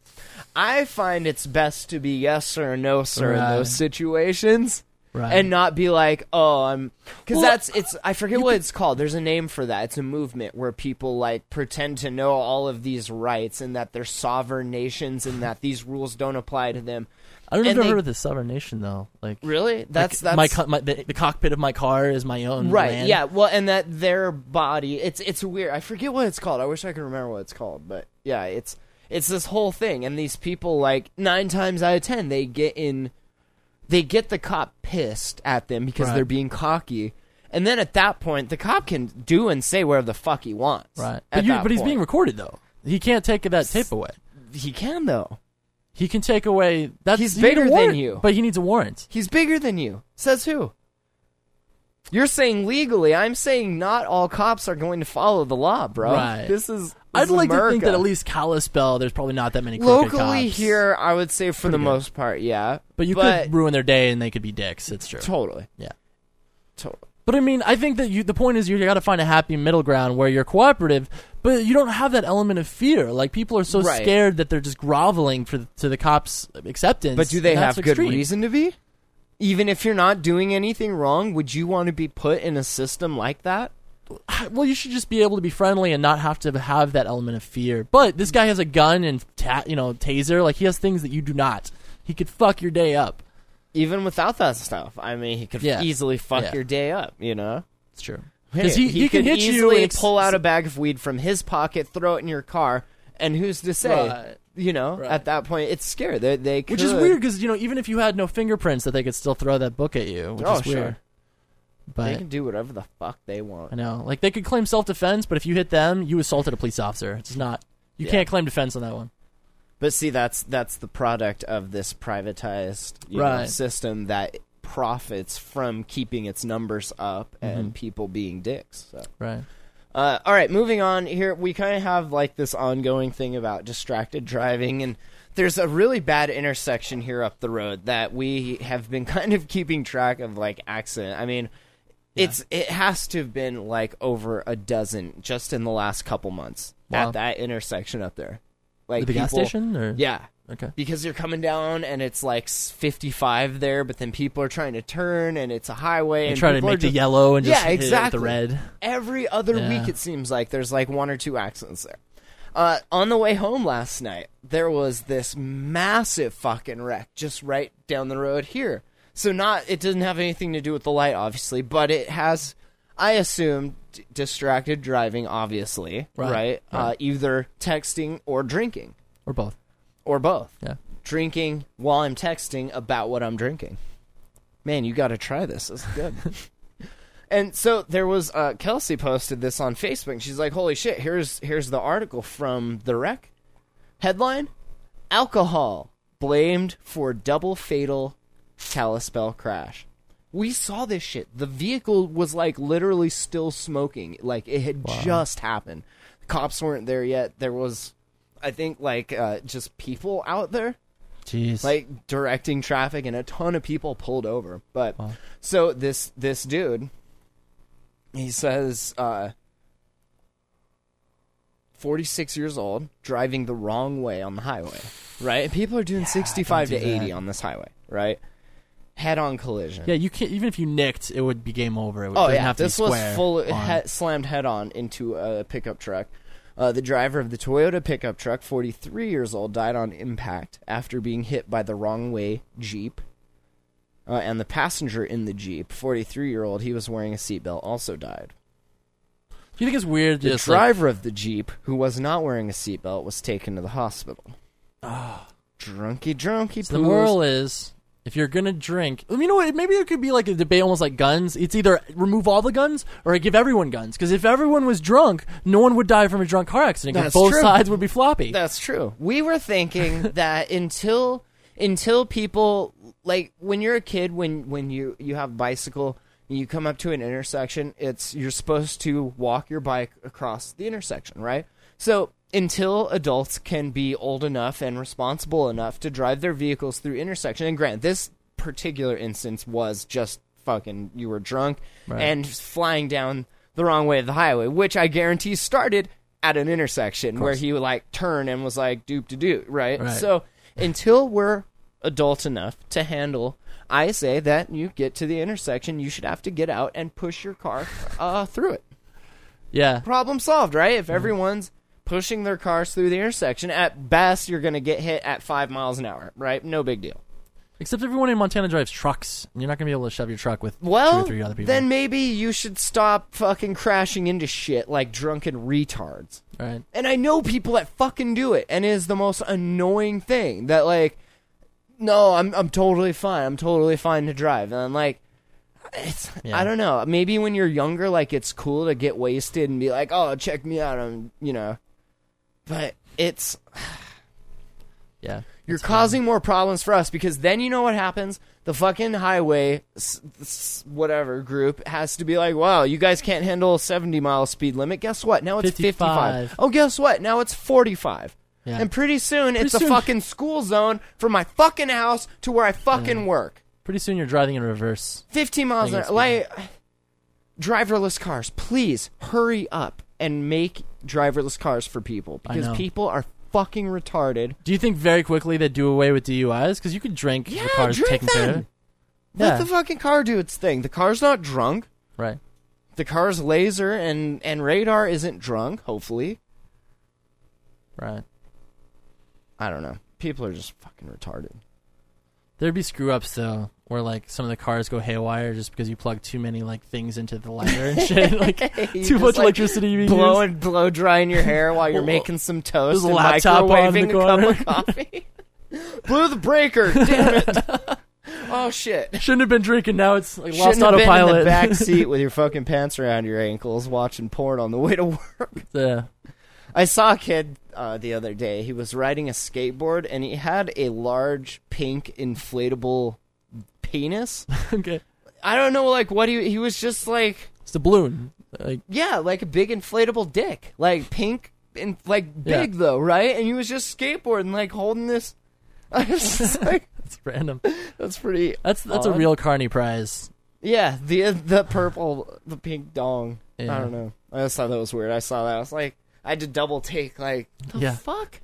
[SPEAKER 1] I find it's best to be yes sir or no sir in
[SPEAKER 2] Right.
[SPEAKER 1] those situations.
[SPEAKER 2] Right.
[SPEAKER 1] And not be like, oh, I'm, because
[SPEAKER 2] Well,
[SPEAKER 1] that's it's. I forget what it's called. There's a name for that. It's a movement where people like pretend to know all of these rights and that they're sovereign nations and that these rules don't apply to them.
[SPEAKER 2] I don't know if
[SPEAKER 1] and
[SPEAKER 2] I've
[SPEAKER 1] they-
[SPEAKER 2] heard of the sovereign nation though. Like
[SPEAKER 1] Really,
[SPEAKER 2] like,
[SPEAKER 1] that's that's
[SPEAKER 2] my, co- my the, the cockpit of my car is my own.
[SPEAKER 1] right.
[SPEAKER 2] land.
[SPEAKER 1] Yeah. Well, and that their body. It's it's weird. I forget what it's called. I wish I could remember what it's called. But yeah, it's it's this whole thing. And these people, like nine times out of ten, they get in. They get the cop pissed at them because
[SPEAKER 2] Right.
[SPEAKER 1] they're being cocky. And then at that point, the cop can do and say whatever the fuck he wants.
[SPEAKER 2] right.
[SPEAKER 1] At
[SPEAKER 2] But, you,
[SPEAKER 1] that
[SPEAKER 2] but he's being
[SPEAKER 1] point.
[SPEAKER 2] recorded though. He can't take that tape away.
[SPEAKER 1] he can though.
[SPEAKER 2] He can take away. That's
[SPEAKER 1] He's
[SPEAKER 2] you need a
[SPEAKER 1] bigger than
[SPEAKER 2] warrant,
[SPEAKER 1] you.
[SPEAKER 2] but he needs a warrant.
[SPEAKER 1] He's bigger than you. Says who? You're saying legally. I'm saying not all cops are going to follow the law, bro.
[SPEAKER 2] Right.
[SPEAKER 1] This is. This
[SPEAKER 2] I'd
[SPEAKER 1] is
[SPEAKER 2] like to think
[SPEAKER 1] America.
[SPEAKER 2] that at least Kalispell, there's probably not that many crooked
[SPEAKER 1] locally
[SPEAKER 2] cops.
[SPEAKER 1] here, I would say for the
[SPEAKER 2] good.
[SPEAKER 1] most part, yeah.
[SPEAKER 2] But you could ruin their day and they could be dicks. It's true.
[SPEAKER 1] totally,
[SPEAKER 2] Yeah.
[SPEAKER 1] totally.
[SPEAKER 2] But I mean, I think that you, the point is you got to find a happy middle ground where you're cooperative, but you don't have that element of fear. Like people are so
[SPEAKER 1] Right.
[SPEAKER 2] scared that they're just groveling for to the cops' acceptance.
[SPEAKER 1] But do they
[SPEAKER 2] and
[SPEAKER 1] have
[SPEAKER 2] that's
[SPEAKER 1] good
[SPEAKER 2] extreme.
[SPEAKER 1] reason to be? Even if you're not doing anything wrong, would you want to be put in a system like that?
[SPEAKER 2] Well, you should just be able to be friendly and not have to have that element of fear. But this guy has a gun and ta- you know taser. Like he has things that you do not. He could fuck your day up.
[SPEAKER 1] even without that stuff, I mean, he could
[SPEAKER 2] Yeah.
[SPEAKER 1] easily fuck
[SPEAKER 2] Yeah.
[SPEAKER 1] your day up. You know,
[SPEAKER 2] It's true.
[SPEAKER 1] Hey,
[SPEAKER 2] Because he, he,
[SPEAKER 1] could
[SPEAKER 2] can hit you
[SPEAKER 1] easily
[SPEAKER 2] and ex-
[SPEAKER 1] pull out a bag of weed from his pocket, throw it in your car, and who's to say?
[SPEAKER 2] Right.
[SPEAKER 1] You know,
[SPEAKER 2] Right.
[SPEAKER 1] at that point, it's scary. They, they could.
[SPEAKER 2] Which is weird because you know even if you had no fingerprints, that they could still throw that book at you, which
[SPEAKER 1] Oh,
[SPEAKER 2] is weird.
[SPEAKER 1] sure. They
[SPEAKER 2] But
[SPEAKER 1] can do whatever the fuck they
[SPEAKER 2] I
[SPEAKER 1] want.
[SPEAKER 2] know, like they could claim self-defense, but if you hit them, you assaulted a police officer. It's not you
[SPEAKER 1] Yeah.
[SPEAKER 2] can't claim defense on that one.
[SPEAKER 1] But see, that's that's the product of this privatized you know,
[SPEAKER 2] Right.
[SPEAKER 1] system that profits from keeping its numbers up and people being dicks. So.
[SPEAKER 2] Right.
[SPEAKER 1] Uh, all right, moving on here. We kind of have like this ongoing thing about distracted driving, and there's a really bad intersection here up the road that we have been (laughs) kind of keeping track of, like accident. I mean, it's it has to have been like over a dozen just in the last couple months
[SPEAKER 2] Wow.
[SPEAKER 1] at that intersection up there. Like
[SPEAKER 2] At the gas
[SPEAKER 1] people-
[SPEAKER 2] station or
[SPEAKER 1] Yeah,
[SPEAKER 2] Okay.
[SPEAKER 1] because you're coming down and it's like s- 55 there, but then people are trying to turn and it's a highway
[SPEAKER 2] They
[SPEAKER 1] and
[SPEAKER 2] try to
[SPEAKER 1] people are
[SPEAKER 2] make the
[SPEAKER 1] just-
[SPEAKER 2] yellow and just
[SPEAKER 1] yeah,
[SPEAKER 2] hit it with
[SPEAKER 1] exactly.
[SPEAKER 2] the red.
[SPEAKER 1] Every other
[SPEAKER 2] Yeah.
[SPEAKER 1] week, it seems like there's like one or two accidents there. Uh, on the way home last night, there was this massive fucking wreck just right down the road here. So not it doesn't have anything to do with the light, obviously, but it has. I assume d- distracted driving, obviously, right?
[SPEAKER 2] Right,
[SPEAKER 1] Uh, either texting or drinking
[SPEAKER 2] Or both.
[SPEAKER 1] or both
[SPEAKER 2] Yeah.
[SPEAKER 1] drinking while I'm texting about what I'm drinking. Man, you got to try this. This is good. and so there was uh, Kelsey posted this on Facebook. And she's like, "Holy shit! Here's here's the article from the wreck. Headline: Alcohol blamed for double fatal Kalispell crash." We saw this shit. The vehicle was like literally still smoking. Like it had just happened. Cops weren't there yet. There was, I think, like uh, just people out there
[SPEAKER 2] Jeez.
[SPEAKER 1] like directing traffic and a ton of people pulled over but so this this dude he says uh 46 years old driving the wrong way on the highway right people are doing 65 to
[SPEAKER 2] don't do
[SPEAKER 1] 80
[SPEAKER 2] that.
[SPEAKER 1] on this highway right head on collision
[SPEAKER 2] yeah, you can't even if you nicked, it would be game over. It would,
[SPEAKER 1] Oh
[SPEAKER 2] didn't
[SPEAKER 1] yeah,
[SPEAKER 2] have to be
[SPEAKER 1] this was
[SPEAKER 2] square
[SPEAKER 1] full
[SPEAKER 2] on.
[SPEAKER 1] he- slammed head on into a pickup truck. Uh, the driver of the Toyota pickup truck, 43 years old, died on impact after being hit by the wrong way Jeep. Uh, and the passenger in the Jeep, 43 year old, he was wearing a seatbelt, also died.
[SPEAKER 2] Do you think it's weird?
[SPEAKER 1] The
[SPEAKER 2] Just like,
[SPEAKER 1] driver of the Jeep, who was not wearing a seatbelt, was taken to the hospital. Oh. Drunky, drunky,
[SPEAKER 2] Ah. the
[SPEAKER 1] poos.
[SPEAKER 2] moral is if you're gonna drink, um, you know what? Maybe there could be like a debate, almost like guns. It's either remove all the guns or give everyone guns. Because if everyone was drunk, no one would die from a drunk car accident. 'cause
[SPEAKER 1] That's
[SPEAKER 2] both
[SPEAKER 1] true.
[SPEAKER 2] sides would be floppy.
[SPEAKER 1] That's true. We were thinking that until until people like when you're a kid when when you you have a bicycle and you come up to an intersection, it's you're supposed to walk your bike across the intersection, right? So until adults can be old enough and responsible enough to drive their vehicles through intersection, and grant this particular instance was just fucking you were drunk and flying down the wrong way of the highway, which I guarantee started at an intersection where he would like turn and was like doop to do, right?
[SPEAKER 2] Right.
[SPEAKER 1] So until we're adult enough to handle I say that you get to the intersection, you should have to get out and push your car uh, through it
[SPEAKER 2] yeah,
[SPEAKER 1] problem solved, right?
[SPEAKER 2] Mm-hmm.
[SPEAKER 1] If everyone's pushing their cars through the intersection, at best you're going to get hit at five miles an hour, right? No big deal.
[SPEAKER 2] except everyone in Montana drives trucks. and You're not gonna be able to shove your truck with two
[SPEAKER 1] Well,
[SPEAKER 2] or three other people.
[SPEAKER 1] then maybe you should stop fucking crashing into shit like drunken retards.
[SPEAKER 2] all right.
[SPEAKER 1] And I know people that fucking do it, and it is the most annoying thing that like, no, I'm I'm totally fine. I'm totally fine to drive, and I'm like. It's, I don't know. Maybe when you're younger, like it's cool to get wasted and be like, "Oh, check me out," I'm, you know. But it's
[SPEAKER 2] Yeah,
[SPEAKER 1] You're
[SPEAKER 2] That's fine.
[SPEAKER 1] causing more problems for us because then you know what happens? The fucking highway, s- s- whatever group, has to be like, wow, you guys can't handle a 70 mile speed limit. Guess what? Now it's 55.
[SPEAKER 2] 55.
[SPEAKER 1] Oh, guess what? Now it's 45.
[SPEAKER 2] Yeah.
[SPEAKER 1] And pretty soon it's
[SPEAKER 2] soon-
[SPEAKER 1] a fucking school zone from my fucking house to where I fucking work.
[SPEAKER 2] Pretty soon you're driving in reverse.
[SPEAKER 1] 15 miles an
[SPEAKER 2] think
[SPEAKER 1] hour. Like, driverless cars, please hurry up and make driverless cars for people because
[SPEAKER 2] know.
[SPEAKER 1] people are fucking retarded.
[SPEAKER 2] Do you think very quickly they do away with DUIs? Because you could drink.
[SPEAKER 1] Yeah,
[SPEAKER 2] your car's
[SPEAKER 1] drink
[SPEAKER 2] taken care of.
[SPEAKER 1] then.
[SPEAKER 2] Yeah,
[SPEAKER 1] Let the fucking car do its thing. The car's not drunk.
[SPEAKER 2] right.
[SPEAKER 1] The car's laser and, and radar isn't drunk, hopefully.
[SPEAKER 2] Right.
[SPEAKER 1] I don't know. People are just fucking retarded.
[SPEAKER 2] There'd be screw ups though. where like some of the cars go haywire just because you plug too many like things into the lighter
[SPEAKER 1] (laughs)
[SPEAKER 2] and shit, like
[SPEAKER 1] You
[SPEAKER 2] too
[SPEAKER 1] just,
[SPEAKER 2] much
[SPEAKER 1] like,
[SPEAKER 2] electricity being
[SPEAKER 1] blow
[SPEAKER 2] used.
[SPEAKER 1] and blow drying your hair while you're
[SPEAKER 2] Well,
[SPEAKER 1] making some toast
[SPEAKER 2] there's a
[SPEAKER 1] and
[SPEAKER 2] laptop on in the
[SPEAKER 1] microwaving a cup of coffee. (laughs) Blew the breaker, damn it! (laughs) oh shit!
[SPEAKER 2] (laughs) Shouldn't have been drinking. Now it's like
[SPEAKER 1] Shouldn't
[SPEAKER 2] lost
[SPEAKER 1] have been
[SPEAKER 2] autopilot.
[SPEAKER 1] in the
[SPEAKER 2] (laughs)
[SPEAKER 1] back seat with your fucking pants around your ankles, watching porn on the way to work.
[SPEAKER 2] yeah. (laughs)
[SPEAKER 1] I saw a kid uh, the other day. He was riding a skateboard and he had a large pink inflatable penis.
[SPEAKER 2] Okay.
[SPEAKER 1] I don't know, like what he he was just like
[SPEAKER 2] It's the balloon. Like
[SPEAKER 1] yeah, like a big inflatable dick, like pink and like big
[SPEAKER 2] Yeah.
[SPEAKER 1] though, right? And he was just skateboarding, like holding this. (laughs) I was
[SPEAKER 2] (laughs)
[SPEAKER 1] just like,
[SPEAKER 2] it's random.
[SPEAKER 1] that's pretty.
[SPEAKER 2] That's that's a
[SPEAKER 1] odd.
[SPEAKER 2] real Carney prize.
[SPEAKER 1] Yeah, the the purple, the pink dong. I
[SPEAKER 2] Yeah.
[SPEAKER 1] don't know. I just thought that was weird. I saw that. I was like, I had to double take. Like, the
[SPEAKER 2] Yeah.
[SPEAKER 1] fuck.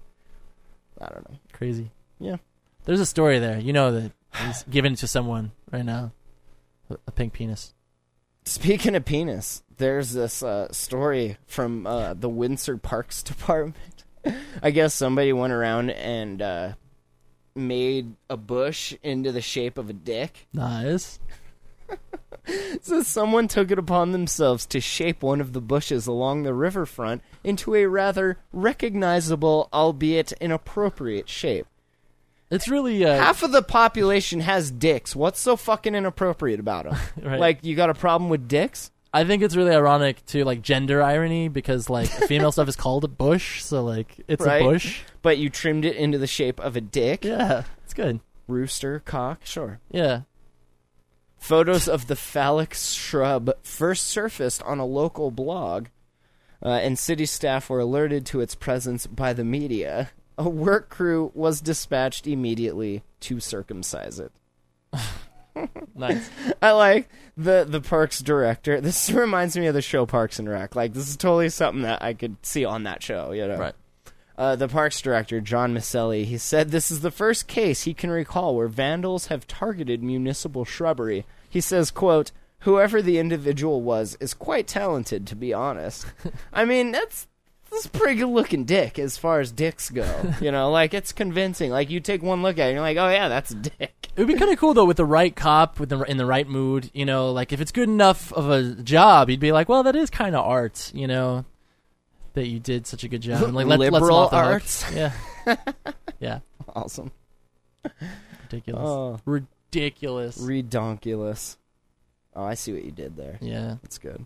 [SPEAKER 1] I don't know.
[SPEAKER 2] Crazy.
[SPEAKER 1] Yeah.
[SPEAKER 2] There's a story there. You know that he's (sighs) giving it to someone right now. A- A pink penis.
[SPEAKER 1] Speaking of penis, there's this uh, story from uh, the Windsor Parks (laughs) Department. I guess somebody went around and uh, made a bush into the shape of a dick.
[SPEAKER 2] Nice.
[SPEAKER 1] So someone took it upon themselves to shape one of the bushes along the riverfront into a rather recognizable, albeit inappropriate, shape.
[SPEAKER 2] It's really uh,
[SPEAKER 1] Half of the population has dicks. What's so fucking inappropriate about them?
[SPEAKER 2] Right.
[SPEAKER 1] Like, you got a problem with dicks?
[SPEAKER 2] I think it's really ironic to like gender irony because like female stuff is called a bush, so like it's
[SPEAKER 1] Right.
[SPEAKER 2] a bush.
[SPEAKER 1] But you trimmed it into the shape of a dick.
[SPEAKER 2] Yeah, it's good.
[SPEAKER 1] rooster, cock, sure.
[SPEAKER 2] Yeah,
[SPEAKER 1] Photos of the phallic shrub first surfaced on a local blog, uh, and city staff were alerted to its presence by the media. A work crew was dispatched immediately to circumcise it. (laughs)
[SPEAKER 2] nice.
[SPEAKER 1] I like the the parks director. (laughs) This reminds me of the show Parks and Rec. Like this is totally something that I could see on that show. You know,
[SPEAKER 2] right.
[SPEAKER 1] uh, the parks director, John Maselli, he said this is the first case he can recall where vandals have targeted municipal shrubbery. He says, quote, whoever the individual was is quite talented, to be honest. I mean, that's that's a pretty good looking dick as far as dicks go. You know, like it's convincing. Like you take one look at it and you're like, oh yeah, that's a dick. (laughs)
[SPEAKER 2] It would be kind of cool though with the right cop with the in the right mood. You know, like if it's good enough of a job, you'd be like, well, that is kind of art. You know, that you did such a good job. And, like let, let's
[SPEAKER 1] Liberal
[SPEAKER 2] off the hook.
[SPEAKER 1] arts.
[SPEAKER 2] Yeah.
[SPEAKER 1] (laughs)
[SPEAKER 2] yeah.
[SPEAKER 1] Awesome.
[SPEAKER 2] Ridiculous.
[SPEAKER 1] Oh,
[SPEAKER 2] Ridiculous.
[SPEAKER 1] redonkulous. Oh, I see what you did there.
[SPEAKER 2] yeah.
[SPEAKER 1] That's good.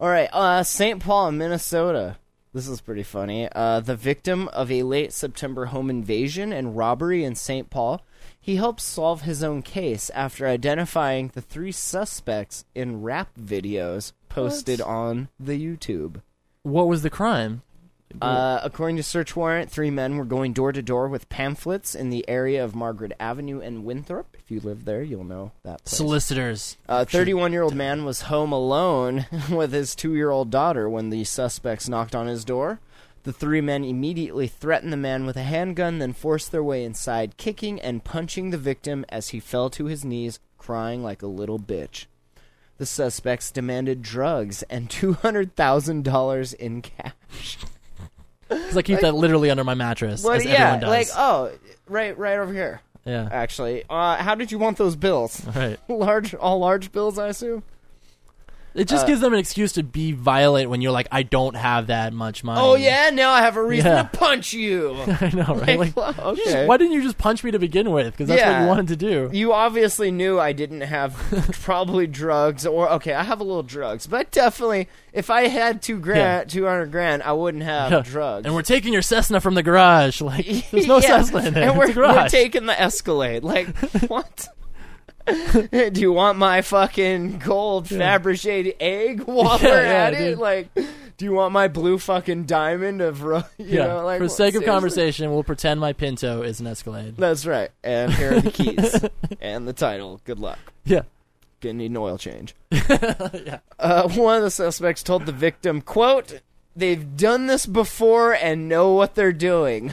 [SPEAKER 1] All right, uh, St. Paul, Minnesota. This is pretty funny. Uh, the victim of a late September home invasion and robbery in St. Paul, he helped solve his own case after identifying the three suspects in rap videos posted on the YouTube.
[SPEAKER 2] What was the crime?
[SPEAKER 1] Uh, according to search warrant, three men were going door to door with pamphlets in the area of Margaret Avenue and Winthrop. If you live there, you'll know that place. Uh,
[SPEAKER 2] Solicitors.
[SPEAKER 1] A 31 year old man was home alone (laughs) with his two year old daughter when the suspects knocked on his door. The three men immediately threatened the man with a handgun, then forced their way inside, kicking and punching the victim as he fell to his knees, crying like a little bitch. The suspects demanded drugs and (laughs) $200,000 in cash. (laughs)
[SPEAKER 2] Because I keep that literally under my mattress.
[SPEAKER 1] But
[SPEAKER 2] as
[SPEAKER 1] yeah,
[SPEAKER 2] everyone does.
[SPEAKER 1] like, oh, right, right over here,
[SPEAKER 2] yeah.
[SPEAKER 1] actually. Uh, how did you want those bills?
[SPEAKER 2] Right.
[SPEAKER 1] (laughs) large, all large bills, I assume?
[SPEAKER 2] It
[SPEAKER 1] Uh,
[SPEAKER 2] just gives them an excuse to be violent when you're like, I don't have that much money.
[SPEAKER 1] Oh yeah, now I have a reason
[SPEAKER 2] Yeah.
[SPEAKER 1] to punch you.
[SPEAKER 2] (laughs) I know, right?
[SPEAKER 1] Like, (laughs) well,
[SPEAKER 2] you just-
[SPEAKER 1] okay.
[SPEAKER 2] why didn't you just punch me to begin with? Because that's what
[SPEAKER 1] Yeah.
[SPEAKER 2] you wanted to do.
[SPEAKER 1] you obviously knew I didn't
[SPEAKER 2] (laughs)
[SPEAKER 1] have probably drugs or okay, I have a little drugs, but definitely if I had two grand, two hundred grand, I wouldn't have
[SPEAKER 2] Yeah.
[SPEAKER 1] drugs.
[SPEAKER 2] And we're taking your Cessna from the garage. (laughs) Like, there's no
[SPEAKER 1] (laughs) Yeah,
[SPEAKER 2] Cessna in
[SPEAKER 1] And
[SPEAKER 2] there. It's
[SPEAKER 1] we're,
[SPEAKER 2] a garage.
[SPEAKER 1] we're taking the Escalade.
[SPEAKER 2] (laughs)
[SPEAKER 1] Like what? (laughs) Do you want my fucking gold Fabergé
[SPEAKER 2] (laughs)
[SPEAKER 1] egg whopper
[SPEAKER 2] Yeah, yeah,
[SPEAKER 1] at it?
[SPEAKER 2] dude.
[SPEAKER 1] Like, do you want my blue fucking diamond of ro- (laughs) you
[SPEAKER 2] yeah.
[SPEAKER 1] know? Like,
[SPEAKER 2] For the sake of
[SPEAKER 1] seriously?
[SPEAKER 2] conversation, we'll pretend my Pinto is an Escalade.
[SPEAKER 1] That's right. And here are the keys
[SPEAKER 2] (laughs)
[SPEAKER 1] and the title. Good luck.
[SPEAKER 2] Yeah.
[SPEAKER 1] Gonna need an oil
[SPEAKER 2] (laughs)
[SPEAKER 1] change. uh, one of the suspects told the victim, "quote They've done this before and know what they're
[SPEAKER 2] (laughs)
[SPEAKER 1] doing."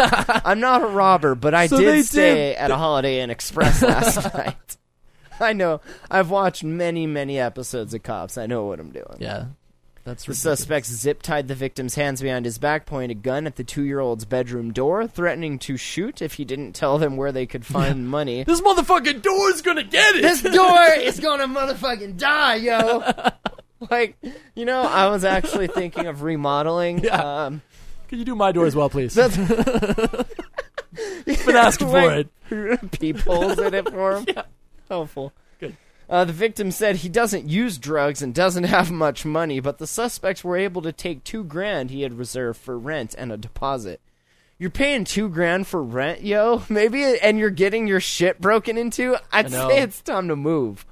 [SPEAKER 1] I'm not a robber, but I
[SPEAKER 2] So they
[SPEAKER 1] did stay
[SPEAKER 2] did-
[SPEAKER 1] at a Holiday Inn
[SPEAKER 2] (laughs)
[SPEAKER 1] Express last night. I know. I've watched many, many episodes of Cops. I know what I'm doing.
[SPEAKER 2] Yeah. That's
[SPEAKER 1] The
[SPEAKER 2] ridiculous.
[SPEAKER 1] suspect zip tied the victim's hands behind his back, pointed a gun at the two year old's bedroom door, threatening to shoot if he didn't tell them where they could (laughs) find money.
[SPEAKER 2] This motherfucking door's gonna get it. (laughs)
[SPEAKER 1] this door is gonna motherfucking die, yo. (laughs) like, you know, I was actually thinking of (laughs) remodeling.
[SPEAKER 2] Yeah.
[SPEAKER 1] Um,
[SPEAKER 2] Can you do my door as well, please?
[SPEAKER 1] That's-
[SPEAKER 2] Been asking for it.
[SPEAKER 1] (laughs) Peepholes in it for
[SPEAKER 2] (laughs)
[SPEAKER 1] him. Helpful.
[SPEAKER 2] Good.
[SPEAKER 1] Uh, the victim said he doesn't use drugs and doesn't (laughs) have much money, but the suspects were able to take two grand he had reserved for rent and a deposit. You're paying two grand for rent, yo. (laughs) Maybe, and you're getting your shit broken into. I'd
[SPEAKER 2] know.
[SPEAKER 1] say it's time to
[SPEAKER 2] (laughs)
[SPEAKER 1] move.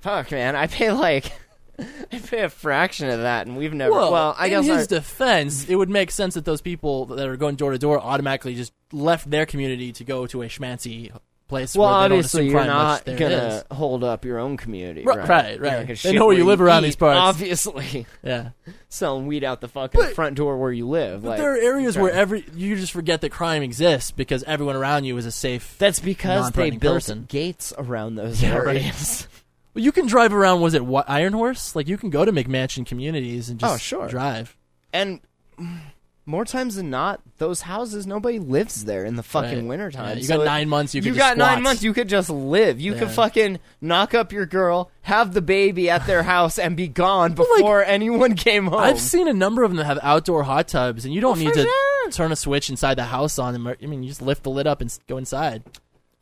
[SPEAKER 1] Fuck, man. I pay like, (laughs) I pay a fraction of that, and we've never. Well, I
[SPEAKER 2] in
[SPEAKER 1] guess
[SPEAKER 2] his
[SPEAKER 1] I-
[SPEAKER 2] defense, it would make sense that those people that are going door to door automatically just left their community to go to a schmancy place.
[SPEAKER 1] Well,
[SPEAKER 2] where they
[SPEAKER 1] obviously,
[SPEAKER 2] don't assume
[SPEAKER 1] you're
[SPEAKER 2] crime much
[SPEAKER 1] not
[SPEAKER 2] there
[SPEAKER 1] gonna
[SPEAKER 2] is.
[SPEAKER 1] hold up your own community,
[SPEAKER 2] Ri-
[SPEAKER 1] right?
[SPEAKER 2] right,
[SPEAKER 1] You're
[SPEAKER 2] right.
[SPEAKER 1] not gonna
[SPEAKER 2] They
[SPEAKER 1] shit
[SPEAKER 2] know where you live around
[SPEAKER 1] eat,
[SPEAKER 2] these parts.
[SPEAKER 1] Obviously, (laughs)
[SPEAKER 2] Yeah,
[SPEAKER 1] selling weed out the fucking
[SPEAKER 2] But-
[SPEAKER 1] front door where you live.
[SPEAKER 2] but
[SPEAKER 1] like,
[SPEAKER 2] there are areas
[SPEAKER 1] right.
[SPEAKER 2] where every you just forget that crime exists because everyone around you is a safe.
[SPEAKER 1] that's because they
[SPEAKER 2] non-threatening
[SPEAKER 1] built
[SPEAKER 2] person.
[SPEAKER 1] gates around those
[SPEAKER 2] right.
[SPEAKER 1] areas.
[SPEAKER 2] Well, you can drive around. Was it what, Iron Horse? Like you can go to McMansion communities and just
[SPEAKER 1] Oh, sure.
[SPEAKER 2] drive.
[SPEAKER 1] (laughs) and mm, more times than not, those houses nobody lives there in the fucking
[SPEAKER 2] Right.
[SPEAKER 1] wintertime.
[SPEAKER 2] Yeah, you got
[SPEAKER 1] it-
[SPEAKER 2] nine months, you could
[SPEAKER 1] you
[SPEAKER 2] just
[SPEAKER 1] got
[SPEAKER 2] squat.
[SPEAKER 1] nine months. You could just live. You could
[SPEAKER 2] Yeah.
[SPEAKER 1] fucking knock up your girl, have the baby at
[SPEAKER 2] (laughs)
[SPEAKER 1] their house, and be gone
[SPEAKER 2] like,
[SPEAKER 1] before anyone came home.
[SPEAKER 2] I've seen a number of them that have outdoor hot tubs, and you don't
[SPEAKER 1] Oh,
[SPEAKER 2] need
[SPEAKER 1] for
[SPEAKER 2] to
[SPEAKER 1] sure.
[SPEAKER 2] turn a switch inside the house on them. or- I mean, you just lift the lid up and s- go inside.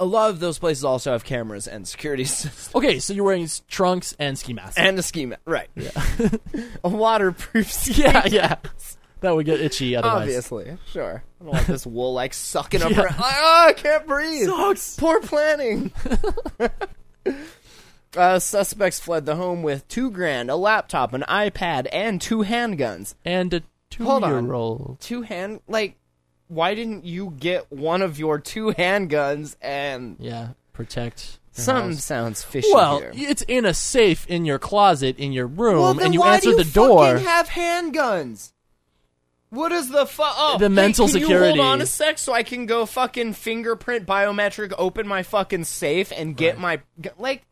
[SPEAKER 1] a lot of those places also have cameras and security (laughs) systems.
[SPEAKER 2] Okay, so you're wearing s- trunks and ski masks.
[SPEAKER 1] and a ski mask. Right. (laughs) a (laughs) waterproof ski.
[SPEAKER 2] (laughs) yeah, yeah. That would get itchy otherwise.
[SPEAKER 1] Obviously, sure. I don't want this wool like sucking up.
[SPEAKER 2] Yeah.
[SPEAKER 1] around. Ah, I can't breathe.
[SPEAKER 2] Sucks.
[SPEAKER 1] Poor (laughs) planning. uh, suspects fled the home with two grand, a laptop, an iPad, and two handguns.
[SPEAKER 2] And a
[SPEAKER 1] Hold on.
[SPEAKER 2] two-year-old.
[SPEAKER 1] Two hand like. Why didn't you get one of your two handguns and
[SPEAKER 2] Yeah, protect. your
[SPEAKER 1] something
[SPEAKER 2] house.
[SPEAKER 1] sounds fishy
[SPEAKER 2] Well,
[SPEAKER 1] here?
[SPEAKER 2] it's in a safe in your closet in your room,
[SPEAKER 1] Well, then
[SPEAKER 2] and you
[SPEAKER 1] why do
[SPEAKER 2] answer
[SPEAKER 1] you
[SPEAKER 2] the door.
[SPEAKER 1] Fucking have handguns. What is the fuck? Oh,
[SPEAKER 2] The
[SPEAKER 1] hey,
[SPEAKER 2] mental
[SPEAKER 1] can
[SPEAKER 2] security.
[SPEAKER 1] You hold on a sec, so I can go fucking fingerprint biometric, open my fucking safe, and get my like.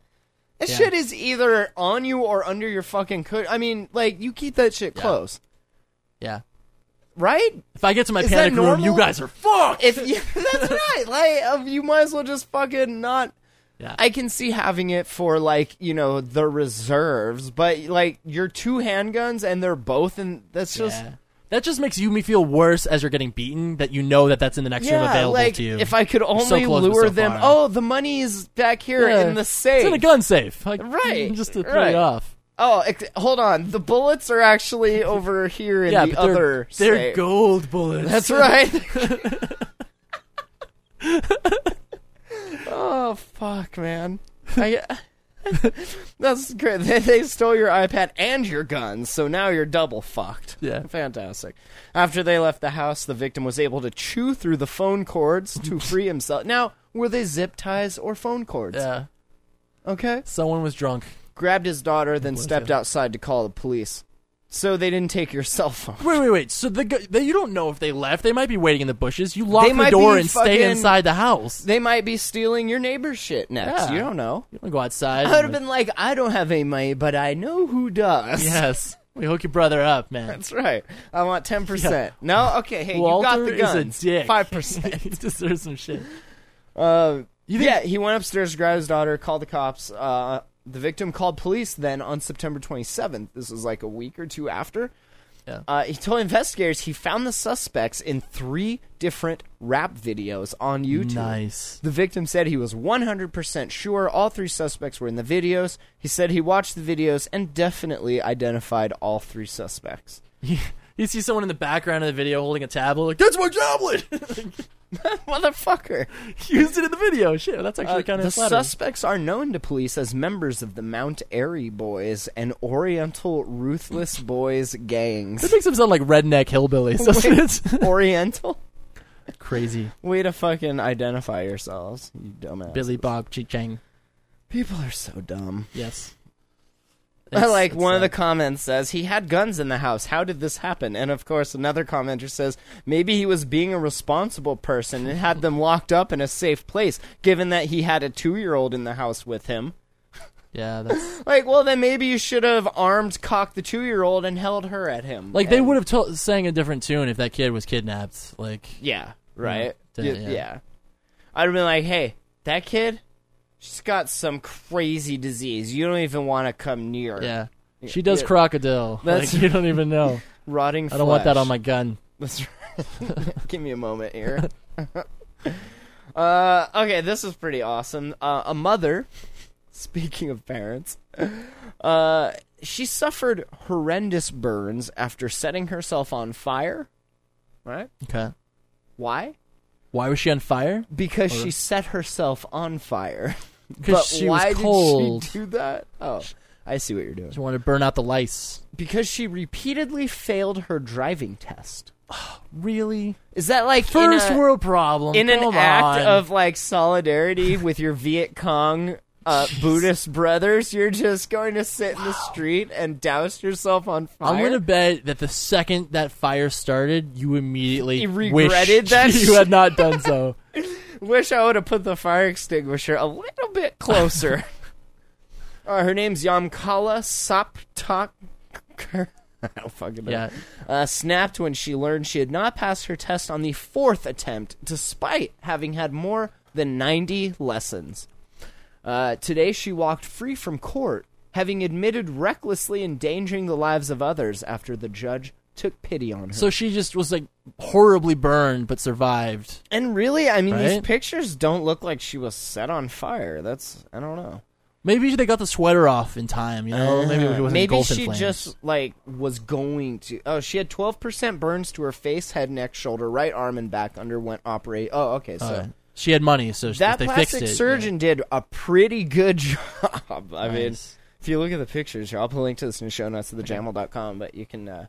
[SPEAKER 1] That
[SPEAKER 2] Yeah.
[SPEAKER 1] shit is either on you or under your fucking coat. I mean, like you keep that shit close,
[SPEAKER 2] yeah.
[SPEAKER 1] right?
[SPEAKER 2] If I get to my
[SPEAKER 1] Is that
[SPEAKER 2] panic room, you
[SPEAKER 1] normal?
[SPEAKER 2] guys are fucked.
[SPEAKER 1] If you, (laughs) that's right, like um, you might as well just fucking not.
[SPEAKER 2] yeah.
[SPEAKER 1] I can see having it for like you know the reserves, but like your two handguns and they're both, and that's just
[SPEAKER 2] Yeah. That just makes you me feel worse as you're getting beaten. That you know that that's in the next room available
[SPEAKER 1] like,
[SPEAKER 2] to you.
[SPEAKER 1] If I could only
[SPEAKER 2] so close, but
[SPEAKER 1] lure
[SPEAKER 2] so
[SPEAKER 1] them,
[SPEAKER 2] far.
[SPEAKER 1] oh, the money is back here
[SPEAKER 2] Yeah.
[SPEAKER 1] in the safe.
[SPEAKER 2] it's in a gun safe, like, (laughs)
[SPEAKER 1] Right,
[SPEAKER 2] Just to play
[SPEAKER 1] right.
[SPEAKER 2] it off.
[SPEAKER 1] Oh, ex- hold on, the bullets are
[SPEAKER 2] (laughs)
[SPEAKER 1] actually over here in
[SPEAKER 2] yeah,
[SPEAKER 1] the
[SPEAKER 2] but they're,
[SPEAKER 1] other
[SPEAKER 2] they're
[SPEAKER 1] safe.
[SPEAKER 2] gold bullets.
[SPEAKER 1] That's right. oh fuck, man! I, (laughs) that's great. They, they stole your iPad and your guns, so now you're double fucked.
[SPEAKER 2] Yeah.
[SPEAKER 1] fantastic. After they left the house, the victim was able to chew through the phone cords
[SPEAKER 2] (laughs)
[SPEAKER 1] to free himself. Now, were they zip ties or phone cords?
[SPEAKER 2] (laughs) Yeah,
[SPEAKER 1] Okay.
[SPEAKER 2] someone was drunk.
[SPEAKER 1] Grabbed his daughter, then
[SPEAKER 2] Bless
[SPEAKER 1] stepped
[SPEAKER 2] you.
[SPEAKER 1] outside to call the police. So they didn't take your (laughs) cell phone.
[SPEAKER 2] Wait, wait, wait. So the, gu- they, you don't know if they left. They might be waiting in the bushes. You lock
[SPEAKER 1] They
[SPEAKER 2] the
[SPEAKER 1] might
[SPEAKER 2] door
[SPEAKER 1] be
[SPEAKER 2] and
[SPEAKER 1] fucking-
[SPEAKER 2] stay inside the house.
[SPEAKER 1] They might be stealing your neighbor's shit next.
[SPEAKER 2] Yeah.
[SPEAKER 1] You don't know.
[SPEAKER 2] You don't go outside.
[SPEAKER 1] I would have
[SPEAKER 2] and-
[SPEAKER 1] been like, I don't have any money, but I know who does.
[SPEAKER 2] (laughs) Yes, we hook your brother up,
[SPEAKER 1] (laughs)
[SPEAKER 2] man. (laughs)
[SPEAKER 1] That's right. I want 10%. No? Okay, hey,
[SPEAKER 2] Walter
[SPEAKER 1] you got the guns.
[SPEAKER 2] is a dick.
[SPEAKER 1] 5%.
[SPEAKER 2] he deserves some shit.
[SPEAKER 1] Uh,
[SPEAKER 2] think-
[SPEAKER 1] yeah, he went upstairs, grabbed his daughter, called the cops. Uh, the victim called police then on September 27th. This was like a week or two after.
[SPEAKER 2] Yeah.
[SPEAKER 1] Uh, he told investigators he found the suspects in three different rap videos on YouTube.
[SPEAKER 2] Nice.
[SPEAKER 1] The victim said he was 100% sure all three suspects were in the videos. He said he watched the videos and definitely identified all three suspects.
[SPEAKER 2] You see someone in the background of the video holding a tablet. Like that's my tablet. (laughs)
[SPEAKER 1] (laughs) Motherfucker.
[SPEAKER 2] Used it in the video. Shit, that's actually
[SPEAKER 1] Uh,
[SPEAKER 2] kind
[SPEAKER 1] the
[SPEAKER 2] of flattering.
[SPEAKER 1] suspects are known to police as members of the Mount Airy Boys and Oriental Ruthless Boys
[SPEAKER 2] That (laughs)
[SPEAKER 1] gangs.
[SPEAKER 2] makes them sound like redneck
[SPEAKER 1] (laughs)
[SPEAKER 2] hillbillies, doesn't it?
[SPEAKER 1] Oriental? (laughs)
[SPEAKER 2] Crazy.
[SPEAKER 1] Way to fucking identify yourselves, you dumbass.
[SPEAKER 2] Billy Bob Chi Chang.
[SPEAKER 1] People are so dumb.
[SPEAKER 2] Yes.
[SPEAKER 1] like one of the comments says he had guns in the house. How did this happen? And of course, another commenter says maybe he was being a responsible person and had them locked up in a safe place, given that he had a two-year-old in the house with him. (laughs)
[SPEAKER 2] Yeah, that's
[SPEAKER 1] Like, well, then maybe you should have armed cocked the two year old and held her at him.
[SPEAKER 2] like they
[SPEAKER 1] And-
[SPEAKER 2] would have to- sang a different tune if that kid was kidnapped. Like,
[SPEAKER 1] Yeah, right.
[SPEAKER 2] Yeah,
[SPEAKER 1] Y-
[SPEAKER 2] yeah.
[SPEAKER 1] yeah. I'd have been like, hey, that kid, she's got some crazy disease. You don't even want to come near. her."
[SPEAKER 2] yeah, she does
[SPEAKER 1] yeah.
[SPEAKER 2] crocodile.
[SPEAKER 1] That's-
[SPEAKER 2] like, you don't even know.
[SPEAKER 1] Rotting
[SPEAKER 2] I don't want that
[SPEAKER 1] flesh.
[SPEAKER 2] on my gun.
[SPEAKER 1] That's right. (laughs) Give me a moment here. uh, okay, this is pretty awesome. Uh, a mother, speaking of parents, uh, she suffered horrendous burns after setting herself on fire. Right?
[SPEAKER 2] Okay.
[SPEAKER 1] Why?
[SPEAKER 2] Why was she on fire?
[SPEAKER 1] Because she set herself on (laughs) fire.
[SPEAKER 2] Because
[SPEAKER 1] But
[SPEAKER 2] she
[SPEAKER 1] why
[SPEAKER 2] was cold. (laughs)
[SPEAKER 1] did she do that? Oh, I see what you're doing.
[SPEAKER 2] She wanted to burn out the lice.
[SPEAKER 1] Because she repeatedly failed her driving test.
[SPEAKER 2] Really?
[SPEAKER 1] Is that like in
[SPEAKER 2] First
[SPEAKER 1] a-
[SPEAKER 2] world problem.
[SPEAKER 1] in an
[SPEAKER 2] Come
[SPEAKER 1] act
[SPEAKER 2] on.
[SPEAKER 1] of like solidarity with your Viet Cong
[SPEAKER 2] (laughs)
[SPEAKER 1] uh, Buddhist brothers, you're just going to sit in the street and douse yourself on fire.
[SPEAKER 2] I'm gonna bet that the second that fire started, you immediately
[SPEAKER 1] You
[SPEAKER 2] (laughs)
[SPEAKER 1] regretted
[SPEAKER 2] wished
[SPEAKER 1] that
[SPEAKER 2] you had not done (laughs) so.
[SPEAKER 1] wish I would have put the fire extinguisher a little bit
[SPEAKER 2] (laughs)
[SPEAKER 1] closer. uh, her name's Yamkala Saptaker. (laughs) I don't fucking know.
[SPEAKER 2] Yeah.
[SPEAKER 1] Uh, snapped when she learned she had not passed her test on the fourth attempt, despite having had more than 90 lessons. Uh, today, she walked free from court, having admitted recklessly endangering the lives of others after the judge took pity on her.
[SPEAKER 2] So she just was like horribly burned, but survived.
[SPEAKER 1] And really, I mean, these
[SPEAKER 2] Right?
[SPEAKER 1] pictures don't look like she was set on fire. That's I don't know.
[SPEAKER 2] Maybe they got the sweater off in time. You know, maybe it wasn't
[SPEAKER 1] Maybe
[SPEAKER 2] engulfed in
[SPEAKER 1] she
[SPEAKER 2] flames.
[SPEAKER 1] just like was going to. Oh, she had twelve percent burns to her face, head, neck, shoulder, right arm, and back. Underwent operate. Oh, okay, so.
[SPEAKER 2] Uh, she had money, so
[SPEAKER 1] that
[SPEAKER 2] they
[SPEAKER 1] plastic
[SPEAKER 2] fixed it.
[SPEAKER 1] surgeon did a pretty good (laughs) job. I mean,
[SPEAKER 2] Nice.
[SPEAKER 1] if you look at the pictures here, I'll put a link to this in the show notes of thejamal.com, but you can, uh,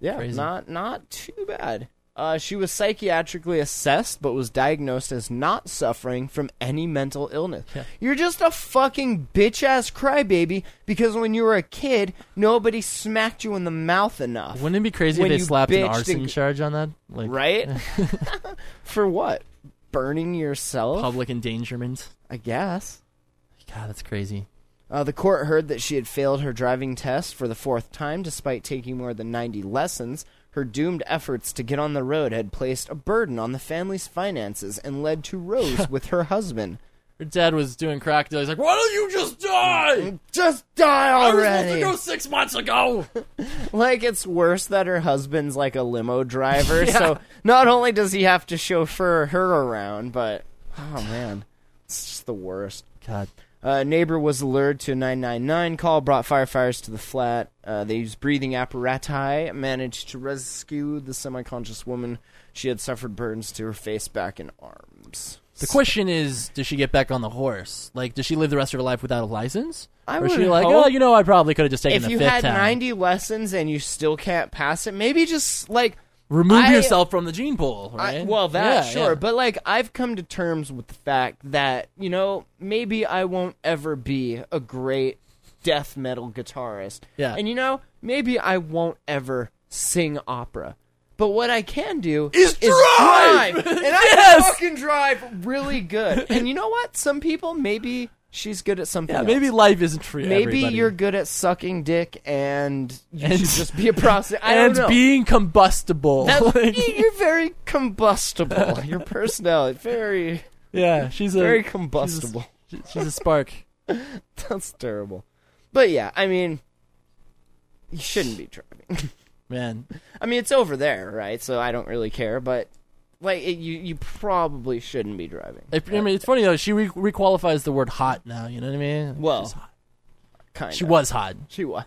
[SPEAKER 1] yeah,
[SPEAKER 2] Crazy.
[SPEAKER 1] not not too bad. Uh, she was psychiatrically assessed, but was diagnosed as not suffering from any mental illness. You're just a fucking bitch ass crybaby because when you were a kid, nobody smacked you in the mouth enough,
[SPEAKER 2] Wouldn't it be crazy
[SPEAKER 1] When
[SPEAKER 2] if
[SPEAKER 1] you
[SPEAKER 2] they slapped an
[SPEAKER 1] bitched
[SPEAKER 2] arson
[SPEAKER 1] and-
[SPEAKER 2] charge on that? Like (laughs)
[SPEAKER 1] right? (laughs) For what? Burning yourself?
[SPEAKER 2] public endangerment.
[SPEAKER 1] I guess.
[SPEAKER 2] God, that's crazy.
[SPEAKER 1] Uh, the court heard that she had failed her driving test for the fourth time despite taking more than 90 lessons. Her doomed efforts to get on the road had placed a burden on the family's finances and led to (laughs) rows with her husband.
[SPEAKER 2] Her dad was doing crack deal. He's like, "Why don't you just die?
[SPEAKER 1] Just die
[SPEAKER 2] I was supposed to
[SPEAKER 1] already!
[SPEAKER 2] go six months ago."
[SPEAKER 1] Like, it's worse that her husband's like a limo (laughs) driver, so not only does he have to chauffeur her around, but. Oh, man. It's just the worst.
[SPEAKER 2] God,
[SPEAKER 1] Uh, neighbor was lured to a 999 call, brought firefighters to the flat. Uh, they used breathing apparatus, managed to rescue the semi conscious woman. She had suffered burns to her face, back, and arms.
[SPEAKER 2] The question is, does she get back on the horse? Like, does she live the rest of her life without a license?
[SPEAKER 1] I
[SPEAKER 2] or is she
[SPEAKER 1] would
[SPEAKER 2] like,
[SPEAKER 1] hope-
[SPEAKER 2] oh, you know, I probably could have just taken
[SPEAKER 1] If
[SPEAKER 2] the
[SPEAKER 1] you
[SPEAKER 2] fifth
[SPEAKER 1] had
[SPEAKER 2] time.
[SPEAKER 1] 90 lessons and you still can't pass it, maybe just like.
[SPEAKER 2] Remove
[SPEAKER 1] I-
[SPEAKER 2] yourself from the gene pool,
[SPEAKER 1] I-
[SPEAKER 2] right?
[SPEAKER 1] well, that
[SPEAKER 2] Eh? Yeah,
[SPEAKER 1] sure,
[SPEAKER 2] yeah.
[SPEAKER 1] but like I've come to terms with the fact that you know maybe I won't ever be a great death metal guitarist.
[SPEAKER 2] Yeah.
[SPEAKER 1] and you know maybe I won't ever sing opera. But what I can do
[SPEAKER 2] Is
[SPEAKER 1] drive,
[SPEAKER 2] (laughs) drive!
[SPEAKER 1] and I
[SPEAKER 2] Yes!
[SPEAKER 1] fucking drive really
[SPEAKER 2] (laughs)
[SPEAKER 1] good. And you know what? Some people maybe she's good at something.
[SPEAKER 2] yeah,
[SPEAKER 1] else.
[SPEAKER 2] maybe life isn't for
[SPEAKER 1] Maybe
[SPEAKER 2] everybody.
[SPEAKER 1] you're good at sucking dick, and you
[SPEAKER 2] And-
[SPEAKER 1] should just be a prostitute. I
[SPEAKER 2] (laughs) and
[SPEAKER 1] don't know.
[SPEAKER 2] being combustible.
[SPEAKER 1] That-
[SPEAKER 2] (laughs) Like,
[SPEAKER 1] (laughs) you're very
[SPEAKER 2] (laughs)
[SPEAKER 1] combustible. Your personality very
[SPEAKER 2] yeah, she's a
[SPEAKER 1] very
[SPEAKER 2] she's a-
[SPEAKER 1] combustible. (laughs)
[SPEAKER 2] She's a, spark.
[SPEAKER 1] That's terrible. But yeah, I mean, you shouldn't be driving. (laughs)
[SPEAKER 2] Man,
[SPEAKER 1] I mean, it's over there, right? So I don't really care. But like, it, you you probably shouldn't be driving.
[SPEAKER 2] I, I mean, it's funny though. She re- requalifies the word "hot" now. You know what I mean?
[SPEAKER 1] Well,
[SPEAKER 2] She's hot.
[SPEAKER 1] Kind
[SPEAKER 2] she was hot.
[SPEAKER 1] She
[SPEAKER 2] (laughs)
[SPEAKER 1] was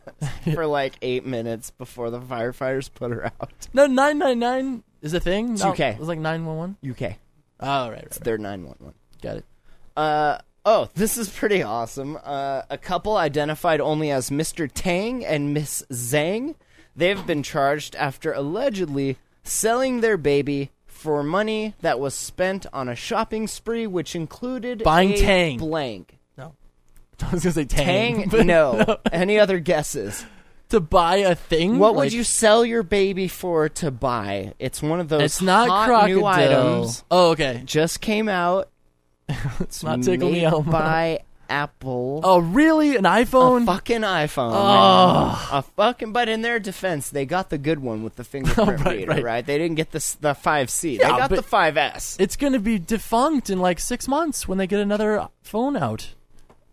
[SPEAKER 1] for like eight minutes before the firefighters put her out.
[SPEAKER 2] No, nine nine nine is a thing. It's
[SPEAKER 1] UK.
[SPEAKER 2] It was like nine one one.
[SPEAKER 1] UK.
[SPEAKER 2] Oh, right, right, right.
[SPEAKER 1] They're nine one one.
[SPEAKER 2] got it. (laughs)
[SPEAKER 1] Uh, oh, this is pretty awesome. Uh, a couple identified only as Mr. Tang and Miss Zhang. They've been charged after allegedly selling their baby for money that was spent on a shopping spree, which included
[SPEAKER 2] Buying
[SPEAKER 1] a
[SPEAKER 2] Tang.
[SPEAKER 1] blank.
[SPEAKER 2] No, I was gonna say tang.
[SPEAKER 1] Tang?
[SPEAKER 2] (laughs) but
[SPEAKER 1] no. Any other guesses?
[SPEAKER 2] to buy a thing.
[SPEAKER 1] What would
[SPEAKER 2] Hmm, Like,
[SPEAKER 1] you sell your baby for to buy? It's one of those
[SPEAKER 2] It's not
[SPEAKER 1] hot
[SPEAKER 2] crocodile.
[SPEAKER 1] new items.
[SPEAKER 2] Oh, okay.
[SPEAKER 1] Just came out.
[SPEAKER 2] (laughs) It's not tickle me
[SPEAKER 1] made
[SPEAKER 2] Elmo.
[SPEAKER 1] by Apple.
[SPEAKER 2] Oh, really? An
[SPEAKER 1] A
[SPEAKER 2] iPhone?
[SPEAKER 1] fucking iPhone. man. A fucking. But in their defense, they got the good one with the
[SPEAKER 2] (laughs)
[SPEAKER 1] fingerprint
[SPEAKER 2] Oh, right,
[SPEAKER 1] reader,
[SPEAKER 2] right.
[SPEAKER 1] right. They didn't get the s- the five C.
[SPEAKER 2] Yeah,
[SPEAKER 1] they got
[SPEAKER 2] but-
[SPEAKER 1] the five S.
[SPEAKER 2] It's going to be defunct in like six months when they get another phone out.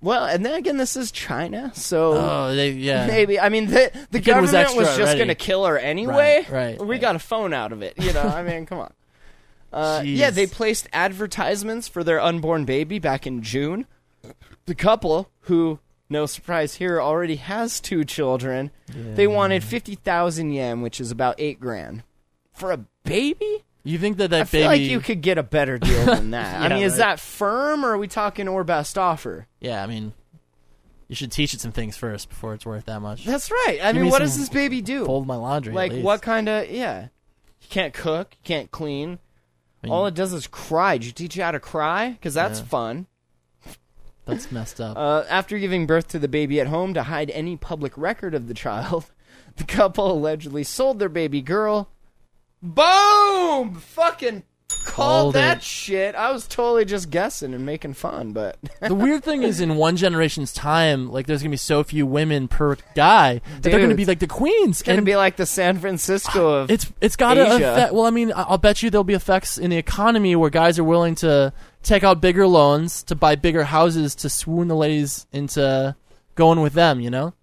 [SPEAKER 1] Well, and then again, this is China, so.
[SPEAKER 2] Oh, they yeah.
[SPEAKER 1] Maybe I mean the the
[SPEAKER 2] kid was
[SPEAKER 1] government was,
[SPEAKER 2] extra
[SPEAKER 1] just
[SPEAKER 2] already.
[SPEAKER 1] gonna kill her anyway.
[SPEAKER 2] right,
[SPEAKER 1] We
[SPEAKER 2] right.
[SPEAKER 1] got a phone out of it, you know. I mean, come on. Uh, yeah,
[SPEAKER 2] Jeez.
[SPEAKER 1] they placed advertisements for their unborn baby back in June. The couple, who no surprise here, already has two children. They wanted fifty thousand yen, which is about eight grand, for a baby.
[SPEAKER 2] You think that that
[SPEAKER 1] I
[SPEAKER 2] baby?
[SPEAKER 1] feel like you could get a better deal
[SPEAKER 2] (laughs)
[SPEAKER 1] than that. I
[SPEAKER 2] Yeah,
[SPEAKER 1] mean, is
[SPEAKER 2] right.
[SPEAKER 1] that firm, or are we talking or best offer?
[SPEAKER 2] Yeah, I mean, you should teach it some things first before it's worth that much.
[SPEAKER 1] That's right. I
[SPEAKER 2] Give
[SPEAKER 1] mean,
[SPEAKER 2] me
[SPEAKER 1] what
[SPEAKER 2] some
[SPEAKER 1] does this baby do?
[SPEAKER 2] Fold my laundry. at
[SPEAKER 1] Like
[SPEAKER 2] least.
[SPEAKER 1] what kind of yeah? You can't cook, you can't clean. All it does is cry. Did you teach you how to cry? Because that's
[SPEAKER 2] Yeah.
[SPEAKER 1] fun.
[SPEAKER 2] That's messed up.
[SPEAKER 1] Uh, after giving birth to the baby at home to hide any public record of the child, (laughs) the couple allegedly sold their baby girl. Boom! Fucking called
[SPEAKER 2] Called
[SPEAKER 1] that
[SPEAKER 2] it.
[SPEAKER 1] shit. I was totally just guessing and making fun, but (laughs)
[SPEAKER 2] the weird thing is, in one generation's time, like there's gonna be so few women per guy that they're gonna
[SPEAKER 1] Dude.
[SPEAKER 2] be like the queens.
[SPEAKER 1] gonna
[SPEAKER 2] and
[SPEAKER 1] be like the San Francisco of
[SPEAKER 2] it's it's gotta
[SPEAKER 1] Asia.
[SPEAKER 2] affect. Well, I mean, I- I'll bet you there'll be effects in the economy where guys are willing to take out bigger loans to buy bigger houses to swoon the ladies into going with them. You know,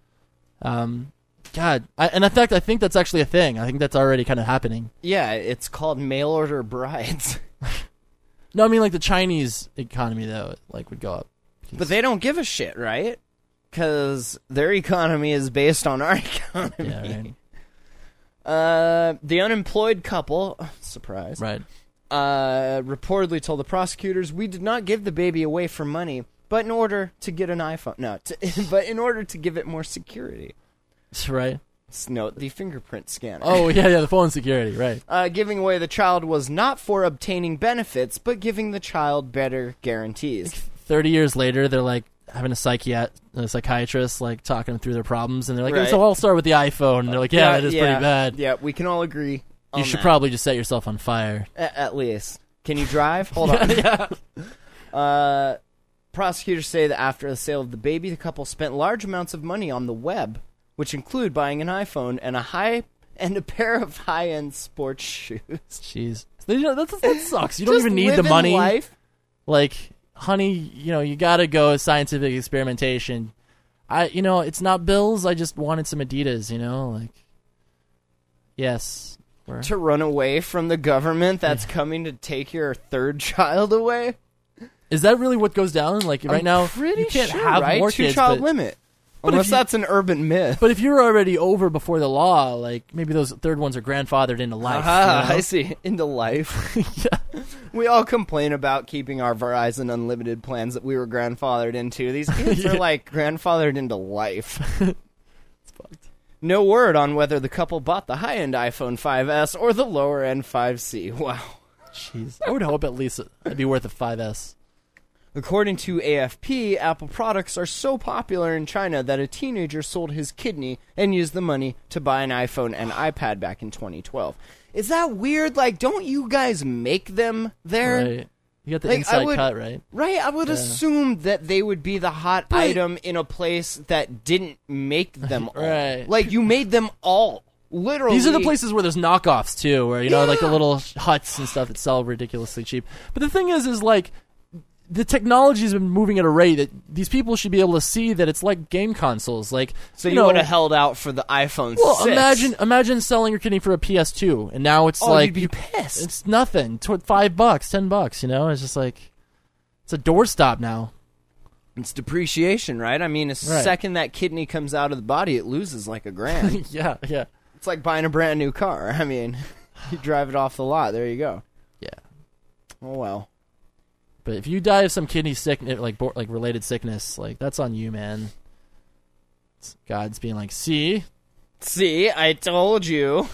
[SPEAKER 2] um, God, I, and in fact, I think that's actually a thing. I think that's already kind of happening.
[SPEAKER 1] yeah. It's called mail order brides, (laughs)
[SPEAKER 2] No, I mean like the Chinese economy though, like would go up.
[SPEAKER 1] but they don't give a shit, right? Because their economy is based on our (laughs) economy.
[SPEAKER 2] Yeah,
[SPEAKER 1] (laughs)
[SPEAKER 2] right.
[SPEAKER 1] Uh, the unemployed couple, (laughs) surprise,
[SPEAKER 2] right.
[SPEAKER 1] uh, reportedly told the prosecutors, "We did not give the baby away for money, but in order to get an iPhone, no, to, (laughs) but in order to give it more security."
[SPEAKER 2] (laughs) Right.
[SPEAKER 1] Let's Note the fingerprint scanner.
[SPEAKER 2] Oh yeah, yeah, the phone security, right?
[SPEAKER 1] Uh, giving away the child was not for obtaining benefits, but giving the child better guarantees.
[SPEAKER 2] Thirty years later, they're like having a psychiat- a psychiatrist like talking them through their problems, and they're like,
[SPEAKER 1] Right.
[SPEAKER 2] "So I'll start with the iPhone." And they're like, (laughs) "Yeah, that is
[SPEAKER 1] yeah,
[SPEAKER 2] pretty bad.
[SPEAKER 1] Yeah, Oh, we can all agree.
[SPEAKER 2] you
[SPEAKER 1] on
[SPEAKER 2] should
[SPEAKER 1] that.
[SPEAKER 2] probably just set yourself
[SPEAKER 1] (laughs)
[SPEAKER 2] on fire."
[SPEAKER 1] A- at least. Can you drive? Hold
[SPEAKER 2] (laughs)
[SPEAKER 1] on. Uh, prosecutors say that after the sale of the baby, the couple spent large amounts of money on the web, which include buying an iPhone and a high and a pair of high-end sports shoes.
[SPEAKER 2] Jeez, They- you know, that's,
[SPEAKER 1] (laughs)
[SPEAKER 2] that sucks. You don't
[SPEAKER 1] Just
[SPEAKER 2] even need the
[SPEAKER 1] living
[SPEAKER 2] money.
[SPEAKER 1] Life.
[SPEAKER 2] Like, honey, you know, you gotta go with scientific experimentation. I, you know, it's not bills. I just wanted some Adidas. You know, like, yes, we're-
[SPEAKER 1] To run away from the government that's coming to take your third (laughs) child away.
[SPEAKER 2] is that really what goes down? Like right
[SPEAKER 1] I'm
[SPEAKER 2] now,
[SPEAKER 1] pretty
[SPEAKER 2] you can't
[SPEAKER 1] sure,
[SPEAKER 2] have
[SPEAKER 1] right?
[SPEAKER 2] more
[SPEAKER 1] Two
[SPEAKER 2] kids,
[SPEAKER 1] child
[SPEAKER 2] but-
[SPEAKER 1] limit.
[SPEAKER 2] if
[SPEAKER 1] Unless
[SPEAKER 2] you-
[SPEAKER 1] that's an urban myth. (laughs)
[SPEAKER 2] But if you're already over before the law, like maybe those third ones are grandfathered into life.
[SPEAKER 1] Ah,
[SPEAKER 2] (laughs) you know?
[SPEAKER 1] I see. Into life. (laughs) We all complain about keeping our Verizon unlimited plans that we were grandfathered into. These kids are like grandfathered into life. No word on whether the couple bought the high end iPhone 5S or the lower end 5C. Wow.
[SPEAKER 2] Jeez. I would hope at least it'd be worth a 5S.
[SPEAKER 1] According to AFP, Apple products are so popular in China that a teenager sold his kidney and used the money to buy an iPhone and iPad back in 2012. Is that weird? Like, don't you guys make them there?
[SPEAKER 2] Right. You got the
[SPEAKER 1] Like, I
[SPEAKER 2] inside
[SPEAKER 1] would-
[SPEAKER 2] cut, right?
[SPEAKER 1] Right, I would assume that they would be the hot item in a place that didn't
[SPEAKER 2] (laughs)
[SPEAKER 1] make them all.
[SPEAKER 2] Right.
[SPEAKER 1] Like you made them all. Literally.
[SPEAKER 2] These are the places where there's knockoffs too, where you know, like the
[SPEAKER 1] Yeah.
[SPEAKER 2] little huts and stuff that sell ridiculously cheap. But the thing is, is like the technology has been moving at a rate that these people should be able to see that it's like game consoles. Like,
[SPEAKER 1] So you,
[SPEAKER 2] you, know,
[SPEAKER 1] would have held out for the iPhone
[SPEAKER 2] Well,
[SPEAKER 1] 6.
[SPEAKER 2] imagine imagine selling your kidney for a PS2, and now it's
[SPEAKER 1] Oh,
[SPEAKER 2] like
[SPEAKER 1] you'd be
[SPEAKER 2] you-
[SPEAKER 1] pissed.
[SPEAKER 2] It's nothing. Tw- five bucks, ten bucks. You know, it's just like it's a doorstop now. (laughs)
[SPEAKER 1] It's depreciation, right? I mean, a second that kidney comes out of the body, it loses like a
[SPEAKER 2] (laughs)
[SPEAKER 1] grand.
[SPEAKER 2] yeah, yeah,
[SPEAKER 1] it's like buying a brand new car. (laughs) I mean, you drive it off the lot. There you go.
[SPEAKER 2] yeah.
[SPEAKER 1] Oh, well.
[SPEAKER 2] But if you die of some kidney sickness, like bo- like related sickness, like that's on you, man. It's God's being like, see,
[SPEAKER 1] See, I told you.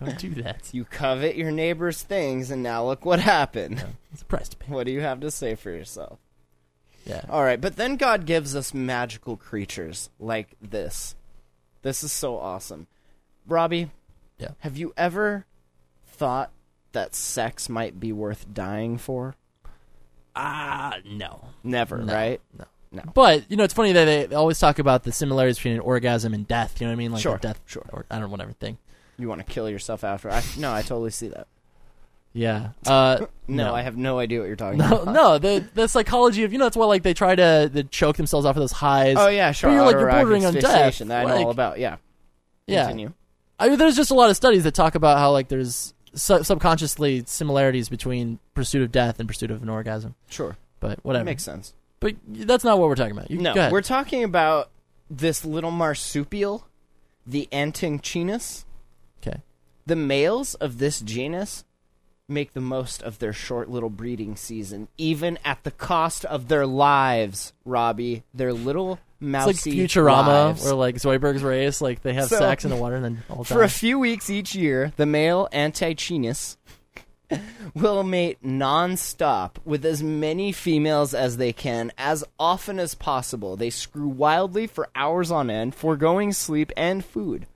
[SPEAKER 2] don't do that.
[SPEAKER 1] You covet your neighbor's things, and now look what happened.
[SPEAKER 2] It's a price to
[SPEAKER 1] (laughs)
[SPEAKER 2] pay.
[SPEAKER 1] What do you have to say for yourself?
[SPEAKER 2] Yeah.
[SPEAKER 1] All right, but then God gives us magical creatures like this. This is so awesome. Robbie,
[SPEAKER 2] Yeah.
[SPEAKER 1] have you ever thought that sex might be worth dying for?
[SPEAKER 2] Ah, no,
[SPEAKER 1] Never,
[SPEAKER 2] No,
[SPEAKER 1] right?
[SPEAKER 2] no.
[SPEAKER 1] No.
[SPEAKER 2] But you know, it's funny that they, they always talk about the similarities between an orgasm and death. You know what I mean? Like the
[SPEAKER 1] Sure,
[SPEAKER 2] death,
[SPEAKER 1] sure.
[SPEAKER 2] or I don't know, whatever thing.
[SPEAKER 1] You want to kill yourself after? I, no, I totally see
[SPEAKER 2] (laughs)
[SPEAKER 1] that.
[SPEAKER 2] Yeah. Uh,
[SPEAKER 1] (laughs) No, I have no idea what you're talking (laughs)
[SPEAKER 2] No, (laughs)
[SPEAKER 1] about.
[SPEAKER 2] no, the the psychology of you know that's why like they try to they choke themselves off of those highs.
[SPEAKER 1] Oh yeah, sure.
[SPEAKER 2] But you're like you're
[SPEAKER 1] autoerotic
[SPEAKER 2] bordering on death.
[SPEAKER 1] asphyxiation, That I know
[SPEAKER 2] Like,
[SPEAKER 1] all about. Yeah.
[SPEAKER 2] Yeah.
[SPEAKER 1] Continue.
[SPEAKER 2] I mean, there's just a lot of studies that talk about how like there's su- subconsciously similarities between pursuit of death and pursuit of an orgasm.
[SPEAKER 1] Sure.
[SPEAKER 2] But whatever.
[SPEAKER 1] Makes sense.
[SPEAKER 2] but that's not what we're talking about. You,
[SPEAKER 1] No,
[SPEAKER 2] go ahead.
[SPEAKER 1] we're talking about this little marsupial, the Antinchinus.
[SPEAKER 2] okay.
[SPEAKER 1] The males of this genus make the most of their short little breeding season, even at the cost of their lives. Robbie, their little
[SPEAKER 2] It's
[SPEAKER 1] mousy
[SPEAKER 2] like Futurama
[SPEAKER 1] lives.
[SPEAKER 2] or like Zoidberg's race. Like they have
[SPEAKER 1] So-
[SPEAKER 2] sex in the water and then all
[SPEAKER 1] For
[SPEAKER 2] die.
[SPEAKER 1] a few weeks each year, the male Antichinus (laughs) will mate non-stop with as many females as they can as often as possible. They screw wildly for hours on end, foregoing sleep and food.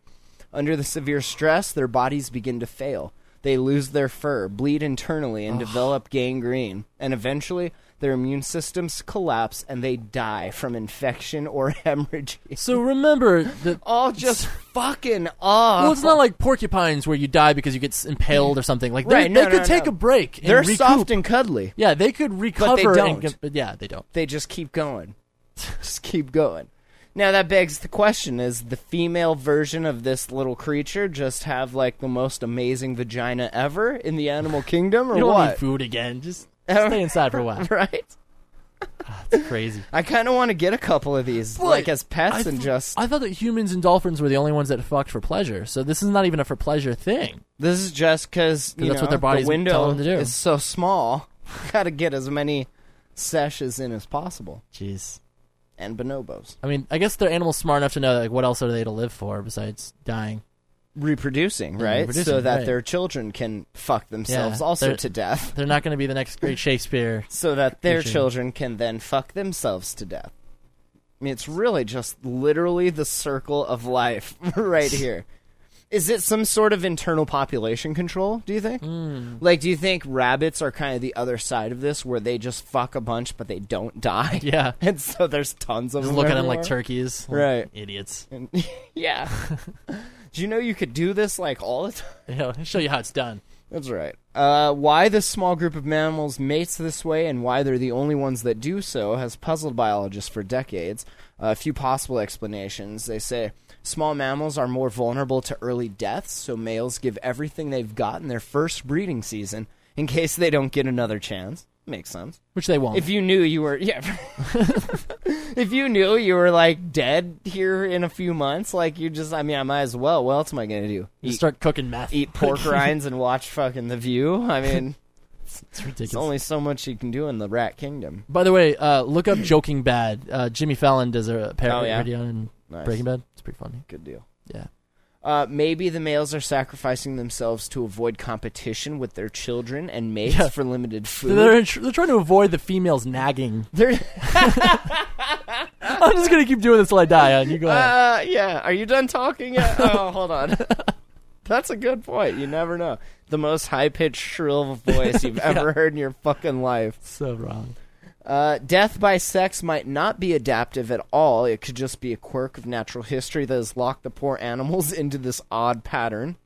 [SPEAKER 1] Under the severe stress, their bodies begin to fail. They lose their fur, bleed internally, and develop gangrene. And eventually, their immune systems collapse and they die from infection or (laughs) hemorrhage.
[SPEAKER 2] so remember that.
[SPEAKER 1] (laughs) All just fucking off.
[SPEAKER 2] (laughs) Well, it's not like porcupines where you die because you get s- impaled or something. Like they,
[SPEAKER 1] Right, no,
[SPEAKER 2] they could
[SPEAKER 1] no,
[SPEAKER 2] take
[SPEAKER 1] no.
[SPEAKER 2] a break. And
[SPEAKER 1] They're
[SPEAKER 2] recoup.
[SPEAKER 1] soft and cuddly.
[SPEAKER 2] yeah, they could recover.
[SPEAKER 1] don't.
[SPEAKER 2] And get, but yeah, they don't.
[SPEAKER 1] They just keep going. (laughs) just keep going. Now that begs the question is the female version of this little creature just have like the most amazing vagina ever in the
[SPEAKER 2] (sighs)
[SPEAKER 1] animal kingdom or
[SPEAKER 2] You don't need
[SPEAKER 1] what? (laughs)
[SPEAKER 2] food again. Just stay inside for a while.
[SPEAKER 1] right?
[SPEAKER 2] It's crazy.
[SPEAKER 1] I kind of want to get a couple of these (laughs) like as pets and just
[SPEAKER 2] I thought that humans and dolphins were the only ones that fucked for pleasure. So this is not even a for pleasure thing.
[SPEAKER 1] this is just cuz you
[SPEAKER 2] that's
[SPEAKER 1] know
[SPEAKER 2] what their bodies
[SPEAKER 1] the window
[SPEAKER 2] tell them to do.
[SPEAKER 1] is so small. (laughs) Got to get as many seshes in as possible
[SPEAKER 2] Jeez.
[SPEAKER 1] and bonobos
[SPEAKER 2] I mean, I guess they're animals smart enough to know like what else are they to live for besides dying.
[SPEAKER 1] reproducing, right? so
[SPEAKER 2] reproducing,
[SPEAKER 1] that
[SPEAKER 2] right.
[SPEAKER 1] their children can fuck themselves
[SPEAKER 2] Yeah,
[SPEAKER 1] also
[SPEAKER 2] they're-
[SPEAKER 1] to death. (laughs)
[SPEAKER 2] They're not going to be the next great Shakespeare.
[SPEAKER 1] so that their
[SPEAKER 2] Appreciate it.
[SPEAKER 1] children can then fuck themselves to death. I mean, it's really just literally the circle of life (laughs) right here. Is it some sort of internal population control, do you think?
[SPEAKER 2] Hmm.
[SPEAKER 1] Like, do you think rabbits are kind of the other side of this where they just fuck a bunch but they don't die?
[SPEAKER 2] (laughs) Yeah.
[SPEAKER 1] And so there's tons of
[SPEAKER 2] Just
[SPEAKER 1] them.
[SPEAKER 2] look at them like
[SPEAKER 1] everywhere?
[SPEAKER 2] turkeys. Like,
[SPEAKER 1] Right.
[SPEAKER 2] Idiots. (laughs)
[SPEAKER 1] And- (laughs) yeah. do you know you could do this like all the time?
[SPEAKER 2] You know, I'll show you how it's done.
[SPEAKER 1] That's right. Uh, why this small group of mammals mates this way and why they're the only ones that do so has puzzled biologists for decades. a few possible explanations. They say small mammals are more vulnerable to early deaths, so males give everything they've got in their first breeding season in case they don't get another chance. Makes sense.
[SPEAKER 2] Which they won't.
[SPEAKER 1] If you knew you were, (laughs) yeah. if you knew you were like dead here in a few months, like you just, I mean, I might as well. What else am I going to do?
[SPEAKER 2] Just
[SPEAKER 1] Eat-
[SPEAKER 2] start cooking meth. (laughs)
[SPEAKER 1] eat pork rinds and watch fucking The View. I mean,
[SPEAKER 2] It's ridiculous.
[SPEAKER 1] it's only so much you can do in the Rat Kingdom.
[SPEAKER 2] By the way, uh, look up Joking Bad. Uh, Jimmy Fallon does a parody
[SPEAKER 1] Oh, yeah?
[SPEAKER 2] video in
[SPEAKER 1] Nice.
[SPEAKER 2] Breaking Bad. It's pretty funny.
[SPEAKER 1] Good deal.
[SPEAKER 2] Yeah.
[SPEAKER 1] Uh, maybe the males are sacrificing themselves to avoid competition with their children and mates
[SPEAKER 2] Yeah.
[SPEAKER 1] for
[SPEAKER 2] (laughs)
[SPEAKER 1] limited food.
[SPEAKER 2] They're, in they're trying to avoid the females nagging. (laughs)
[SPEAKER 1] They're-
[SPEAKER 2] I'm just going to keep doing this till I die. Huh? You go ahead.
[SPEAKER 1] uh, yeah. Are you done talking
[SPEAKER 2] (laughs)
[SPEAKER 1] yet? Oh, hold on. That's a good point. You never know. The most high pitched,
[SPEAKER 2] (laughs)
[SPEAKER 1] shrill voice you've ever heard in your fucking life.
[SPEAKER 2] So wrong.
[SPEAKER 1] Uh, death by sex might not be adaptive at all. It could just be a quirk of natural history that has locked the poor animals (laughs) into this odd pattern.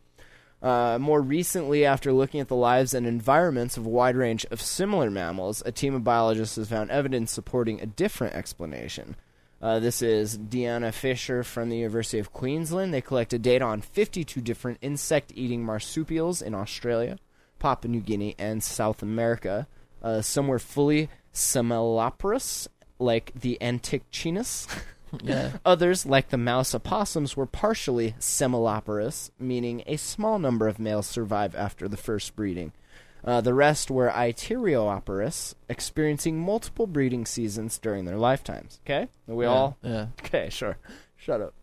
[SPEAKER 1] Uh, more recently, after looking at the lives and environments of a wide range of similar mammals, a team of biologists has found evidence supporting a different explanation. Uh, this is Deanna Fisher from the University of Queensland. They collected data on 52 different insect eating marsupials in Australia, Papua New Guinea, and South America. Uh, some were fully semiloporous, like the (laughs) Antichinus.
[SPEAKER 2] Yeah.
[SPEAKER 1] Others, like the mouse opossums, were partially semiloporous, meaning a small number of males survive after the first breeding. Uh, the rest were iteroporous, experiencing multiple breeding seasons during their lifetimes. Okay? Are we all?
[SPEAKER 2] Yeah. (laughs)
[SPEAKER 1] Okay, sure. Shut up.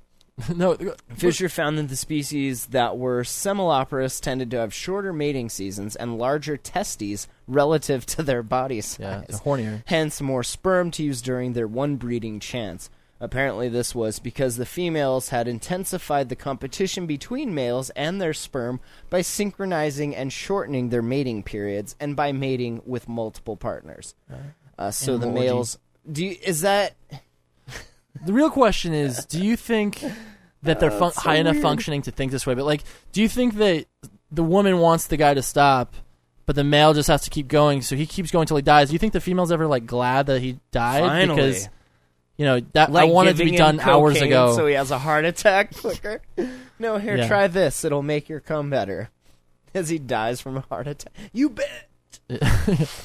[SPEAKER 2] no.
[SPEAKER 1] Fisher found that the species that were semiloporous tended to have shorter mating seasons and larger testes relative to their body
[SPEAKER 2] Yeah.
[SPEAKER 1] size
[SPEAKER 2] They're hornier.
[SPEAKER 1] hence more sperm to use during their one breeding chance. Apparently, this was because the females had intensified the competition between males and their sperm by synchronizing and shortening their mating periods and by mating with multiple partners. Uh, so the
[SPEAKER 2] Animal orgy.
[SPEAKER 1] males Do you, is that
[SPEAKER 2] The real question is, do you think that they're fun- high enough functioning to think this way? But like, do you think that the woman wants the guy to stop, but the male just has to keep going, so he keeps going till he dies? Do you think the female's ever like glad that he died
[SPEAKER 1] Finally.
[SPEAKER 2] because you know that
[SPEAKER 1] like
[SPEAKER 2] I wanted to
[SPEAKER 1] giving
[SPEAKER 2] be
[SPEAKER 1] him
[SPEAKER 2] done hours
[SPEAKER 1] cocaine
[SPEAKER 2] ago?
[SPEAKER 1] so he has a heart attack (laughs) quicker? no, here,
[SPEAKER 2] Yeah.
[SPEAKER 1] try this. It'll make your cum better. (laughs) As he dies from a heart attack. You bet.
[SPEAKER 2] (laughs)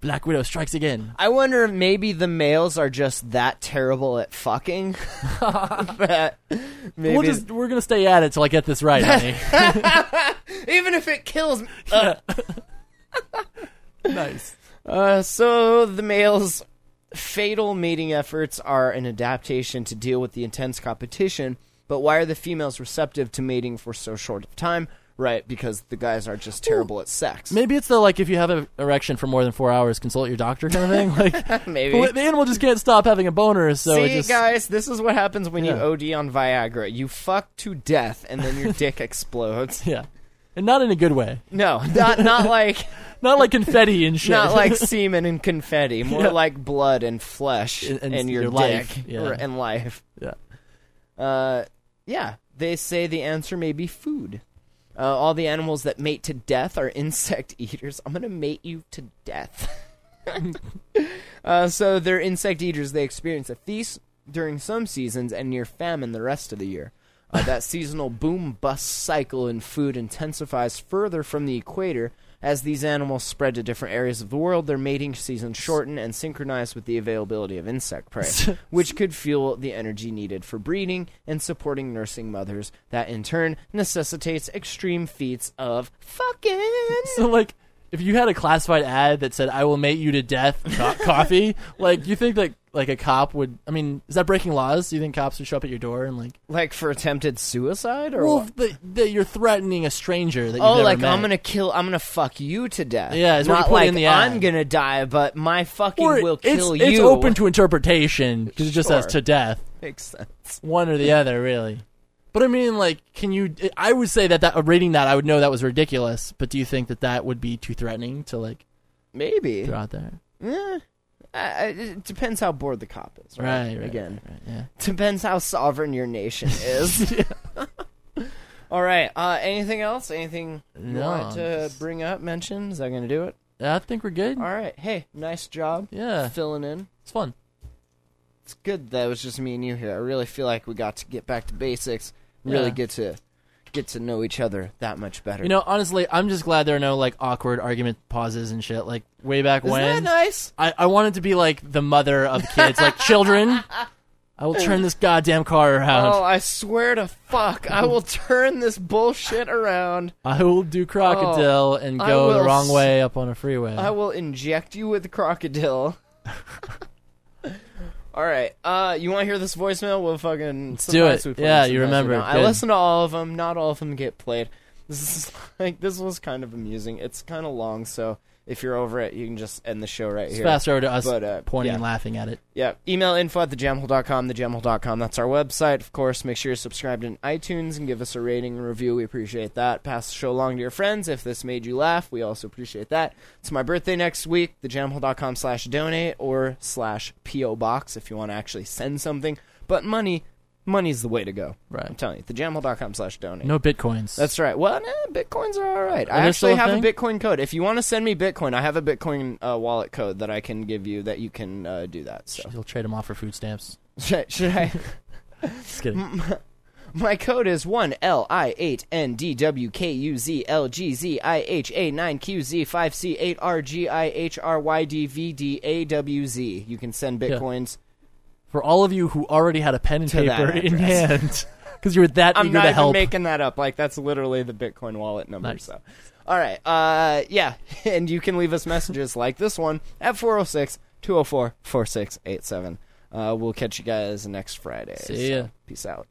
[SPEAKER 2] Black Widow strikes again.
[SPEAKER 1] I wonder if maybe the males are just that terrible at fucking (laughs) that maybe
[SPEAKER 2] We'll just we're gonna stay at it till I get this
[SPEAKER 1] (laughs)
[SPEAKER 2] right, honey.
[SPEAKER 1] even if it kills. me.
[SPEAKER 2] nice.
[SPEAKER 1] Uh, so the males' fatal mating efforts are an adaptation to deal with the intense competition. But why are the females receptive to mating for so short of time? Right, because the guys are just terrible at sex.
[SPEAKER 2] Maybe it's the like if you have an erection for more than four hours, consult your doctor kind of thing.
[SPEAKER 1] (laughs)
[SPEAKER 2] Like
[SPEAKER 1] Maybe.
[SPEAKER 2] the animal just can't stop having a boner, so
[SPEAKER 1] See,
[SPEAKER 2] it just
[SPEAKER 1] guys, this is what happens when
[SPEAKER 2] Yeah.
[SPEAKER 1] you OD on Viagra. You fuck to death, and then
[SPEAKER 2] (laughs)
[SPEAKER 1] your dick explodes.
[SPEAKER 2] yeah, and not in a good way.
[SPEAKER 1] No, not
[SPEAKER 2] (laughs)
[SPEAKER 1] not like
[SPEAKER 2] Not like confetti and shit.
[SPEAKER 1] not like semen and confetti. More
[SPEAKER 2] Yeah.
[SPEAKER 1] like blood and flesh and,
[SPEAKER 2] And- and
[SPEAKER 1] your,
[SPEAKER 2] your
[SPEAKER 1] dick
[SPEAKER 2] life, yeah.
[SPEAKER 1] or- and life.
[SPEAKER 2] yeah.
[SPEAKER 1] Uh, yeah, they say the answer may be food. Uh, all the animals that mate to death are insect (laughs) eaters. I'm gonna mate you to death. uh, so they're insect eaters. They experience a feast during some seasons and near famine the rest of the year. Uh,
[SPEAKER 2] (laughs)
[SPEAKER 1] that seasonal boom bust cycle in food intensifies further from the equator. As these animals spread to different areas of the world, their mating seasons shorten and synchronize with the availability of insect
[SPEAKER 2] (laughs)
[SPEAKER 1] prey, which could fuel the energy needed for breeding and supporting nursing mothers. That in turn necessitates extreme feats of fucking.
[SPEAKER 2] (laughs) (laughs) So like, if you had a classified ad that said "I will mate you to death,
[SPEAKER 1] (laughs)
[SPEAKER 2] co- coffee," like you think that like a cop would? I mean, is that breaking laws? Do you think cops would show up at your door and like,
[SPEAKER 1] Like for attempted suicide or
[SPEAKER 2] well,
[SPEAKER 1] what?
[SPEAKER 2] that that you're threatening a stranger that you've
[SPEAKER 1] Oh,
[SPEAKER 2] never
[SPEAKER 1] like
[SPEAKER 2] met.
[SPEAKER 1] I'm gonna kill, I'm gonna fuck you to death.
[SPEAKER 2] Yeah, it's what you
[SPEAKER 1] not
[SPEAKER 2] put
[SPEAKER 1] like
[SPEAKER 2] in the ad.
[SPEAKER 1] I'm gonna die, but my fucking
[SPEAKER 2] Or
[SPEAKER 1] will
[SPEAKER 2] it's,
[SPEAKER 1] kill you. (laughs)
[SPEAKER 2] it's open to interpretation because it just says
[SPEAKER 1] Sure.
[SPEAKER 2] to death,
[SPEAKER 1] makes sense.
[SPEAKER 2] one or the other, really. But I mean, like, can you? I would say that that reading that I would know that was ridiculous. But do you think that that would be too threatening to like
[SPEAKER 1] Maybe
[SPEAKER 2] throw out there?
[SPEAKER 1] Eh, I- I- it depends how bored the cop is.
[SPEAKER 2] Right,
[SPEAKER 1] Right,
[SPEAKER 2] right
[SPEAKER 1] again,
[SPEAKER 2] right, right, yeah.
[SPEAKER 1] depends how sovereign your
[SPEAKER 2] (laughs)
[SPEAKER 1] nation is. All right. Uh, anything else? Anything you
[SPEAKER 2] No,
[SPEAKER 1] want to
[SPEAKER 2] just-
[SPEAKER 1] bring up? Mention? Is that gonna do it?
[SPEAKER 2] Yeah, I think we're good.
[SPEAKER 1] All right. Hey, nice job.
[SPEAKER 2] Yeah.
[SPEAKER 1] filling in.
[SPEAKER 2] It's fun.
[SPEAKER 1] It's good that it was just me and you here. I really feel like we got to get back to basics. Really
[SPEAKER 2] Yeah.
[SPEAKER 1] get to get to know each other that much better.
[SPEAKER 2] You know, honestly, I'm just glad there are no like awkward argument pauses and shit. Like way back
[SPEAKER 1] isn't that
[SPEAKER 2] when,
[SPEAKER 1] nice?
[SPEAKER 2] I I wanted to be like the mother of
[SPEAKER 1] (laughs)
[SPEAKER 2] kids, like children. I will turn this goddamn car around.
[SPEAKER 1] Oh, I swear to fuck, I will turn this bullshit around.
[SPEAKER 2] I will do crocodile and
[SPEAKER 1] I
[SPEAKER 2] go the
[SPEAKER 1] will
[SPEAKER 2] wrong
[SPEAKER 1] s-
[SPEAKER 2] way up on a freeway.
[SPEAKER 1] I will inject you with crocodile. (laughs) all right. Uh, you want to hear this voicemail? We'll fucking
[SPEAKER 2] do
[SPEAKER 1] sometimes
[SPEAKER 2] it.
[SPEAKER 1] we play
[SPEAKER 2] Yeah,
[SPEAKER 1] it,
[SPEAKER 2] you
[SPEAKER 1] sometimes we
[SPEAKER 2] remember.
[SPEAKER 1] don't. I
[SPEAKER 2] Good.
[SPEAKER 1] listen to all of them. Not all of them get played. (laughs) This is like this was kind of amusing. It's kind of long, so if you're over it, you can just end the show right
[SPEAKER 2] It's
[SPEAKER 1] here.
[SPEAKER 2] faster over to us
[SPEAKER 1] But, uh,
[SPEAKER 2] pointing
[SPEAKER 1] yeah.
[SPEAKER 2] and laughing at it.
[SPEAKER 1] Yeah. Email info at thejamhole.com, thejamhole.com. That's our website. Of course, make sure you're subscribed in iTunes and give us a rating and review. We appreciate that. Pass the show along to your friends. If this made you laugh, we also appreciate that. It's my birthday next week, thejamhole.com slash donate or slash P.O. Box if you want to actually send something. But money, money's the way to go.
[SPEAKER 2] Right.
[SPEAKER 1] I'm telling you, thejamhole.com slash donate.
[SPEAKER 2] No bitcoins.
[SPEAKER 1] That's right. Well, nah, bitcoins are all right. I
[SPEAKER 2] they
[SPEAKER 1] actually
[SPEAKER 2] still a
[SPEAKER 1] have a
[SPEAKER 2] thing?
[SPEAKER 1] bitcoin code. If you want to send me bitcoin, I have a bitcoin uh, wallet code that I can give you that you can uh, do that. So
[SPEAKER 2] (laughs) You'll trade them off for food stamps.
[SPEAKER 1] should, should I? (laughs)
[SPEAKER 2] Just kidding.
[SPEAKER 1] My code is one L I eight N D W K U Z L G Z I H A nine Q Z five C eight R G I H R Y D V D A W Z. You can send bitcoins.
[SPEAKER 2] For all of you who already had a pen and
[SPEAKER 1] To that
[SPEAKER 2] paper in
[SPEAKER 1] address.
[SPEAKER 2] hand, (laughs) because you were that
[SPEAKER 1] I'm
[SPEAKER 2] eager
[SPEAKER 1] not
[SPEAKER 2] to
[SPEAKER 1] even
[SPEAKER 2] help.
[SPEAKER 1] making that up. Like that's literally the Bitcoin wallet number.
[SPEAKER 2] Nice.
[SPEAKER 1] So, all right, uh, yeah, (laughs) and you can leave us messages like this one at 406-204-4687. Uh, we'll catch you guys next Friday.
[SPEAKER 2] See
[SPEAKER 1] So,
[SPEAKER 2] ya.
[SPEAKER 1] peace out.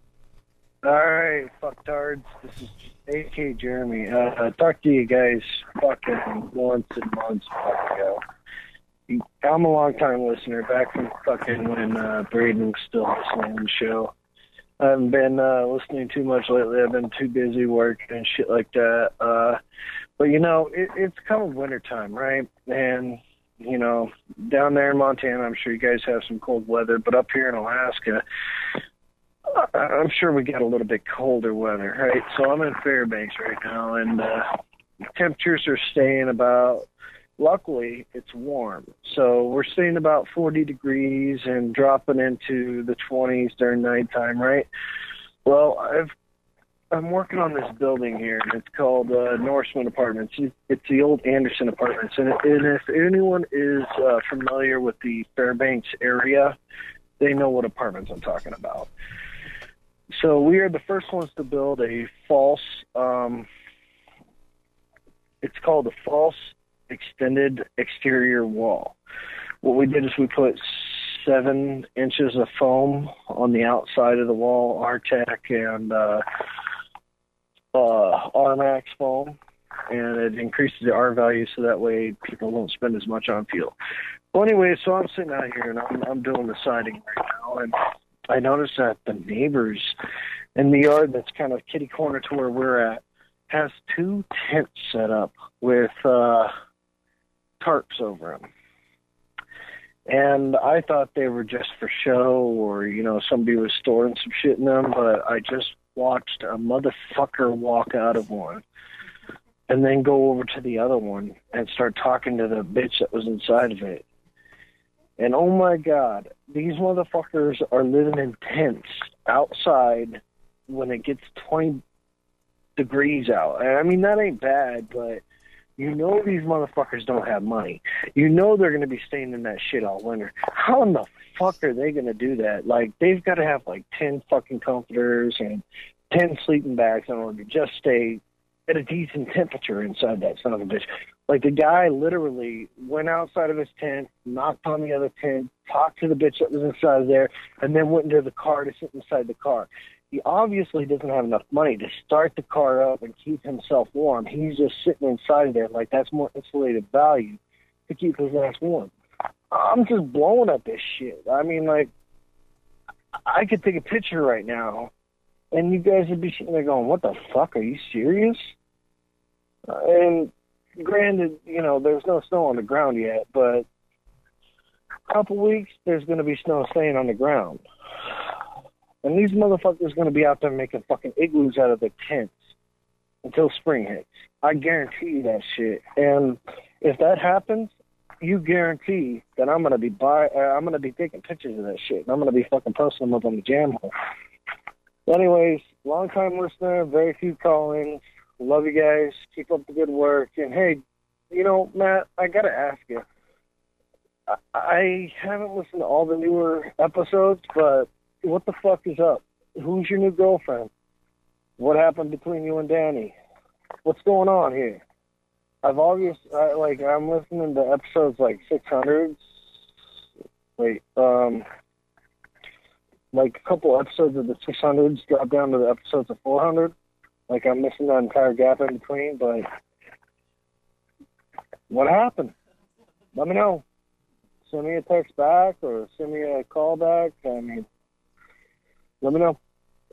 [SPEAKER 3] All right, fucktards. This is AK Jeremy. Uh, I talked to you guys fucking months and months back ago. I'm a long time listener, back from fucking when uh, Braden was still listening to the show. I haven't been uh, listening too much lately. I've been too busy working and shit like that. Uh, but you know, it, it's coming winter time, right? And you know, down there in Montana, I'm sure you guys have some cold weather, but up here in Alaska, I- I'm sure we got a little bit colder weather, right? So I'm in Fairbanks right now, and uh, temperatures are staying about. Luckily, it's warm, so we're staying about 40 degrees and dropping into the 20s during nighttime, right? Well, I've I'm working on this building here, and it's called uh, Norseman Apartments. It's the old Anderson Apartments, and, and if anyone is uh, familiar with the Fairbanks area, they know what apartments I'm talking about. So we are the first ones to build a false. Um, it's called a false extended exterior wall. What we did is we put seven inches of foam on the outside of the wall, Artec and. Uh, uh, RMAX foam, and it increases the R value so that way people don't spend as much on fuel. Well, anyway, so I'm sitting out here and I'm, I'm doing the siding right now, and I noticed that the neighbors in the yard that's kind of kitty corner to where we're at has two tents set up with uh, tarps over them. And I thought they were just for show or, you know, somebody was storing some shit in them, but I just watched a motherfucker walk out of one and then go over to the other one and start talking to the bitch that was inside of it. And oh my god, these motherfuckers are living in tents outside when it gets 20 degrees out. And I mean, that ain't bad, but you know these motherfuckers don't have money. You know they're going to be staying in that shit all winter. How in the fuck are they going to do that? Like they've got to have like ten fucking comforters and ten sleeping bags in order to just stay at a decent temperature inside that son of a bitch. Like the guy literally went outside of his tent, knocked on the other tent, talked to the bitch that was inside there, and then went into the car to sit inside the car. He obviously doesn't have enough money to start the car up and keep himself warm. He's just sitting inside of there like that's more insulated value to keep his ass warm. I'm just blowing at this shit. I mean, like, I could take a picture right now, and you guys would be sitting there going, "What the fuck? Are you serious?" Uh, And granted, you know, there's no snow on the ground yet, but a couple weeks there's going to be snow staying on the ground, and these motherfuckers going to be out there making fucking igloos out of their tents until spring hits. I guarantee you that shit. And if that happens, you guarantee that I'm gonna be buy, uh, I'm gonna be taking pictures of that shit, and I'm gonna be fucking posting them up on the jam hole. Anyways, long time listener, very few call-ins. Love you guys. Keep up the good work. And hey, you know, Matt, I gotta ask you. I, I haven't listened to all the newer episodes, but what the fuck is up? Who's your new girlfriend? What happened between you and Danny? What's going on here? I've always I, like I'm listening to episodes like 600. Wait, um, like a couple episodes of the 600s drop down to the episodes of 400. Like I'm missing that entire gap in between, but what happened? Let me know. Send me a text back or send me a call back. I mean, let me know.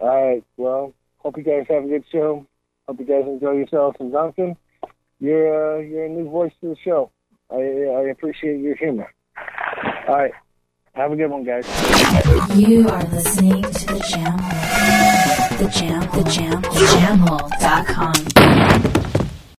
[SPEAKER 3] All right. Well, hope you guys have a good show. Hope you guys enjoy yourselves in Duncan you're uh, you're a new voice to the show. I I appreciate your humor. All right, have a good one, guys.
[SPEAKER 4] You are listening to the Jam Hole. The Jam, the Jam, the Jam Hole.com.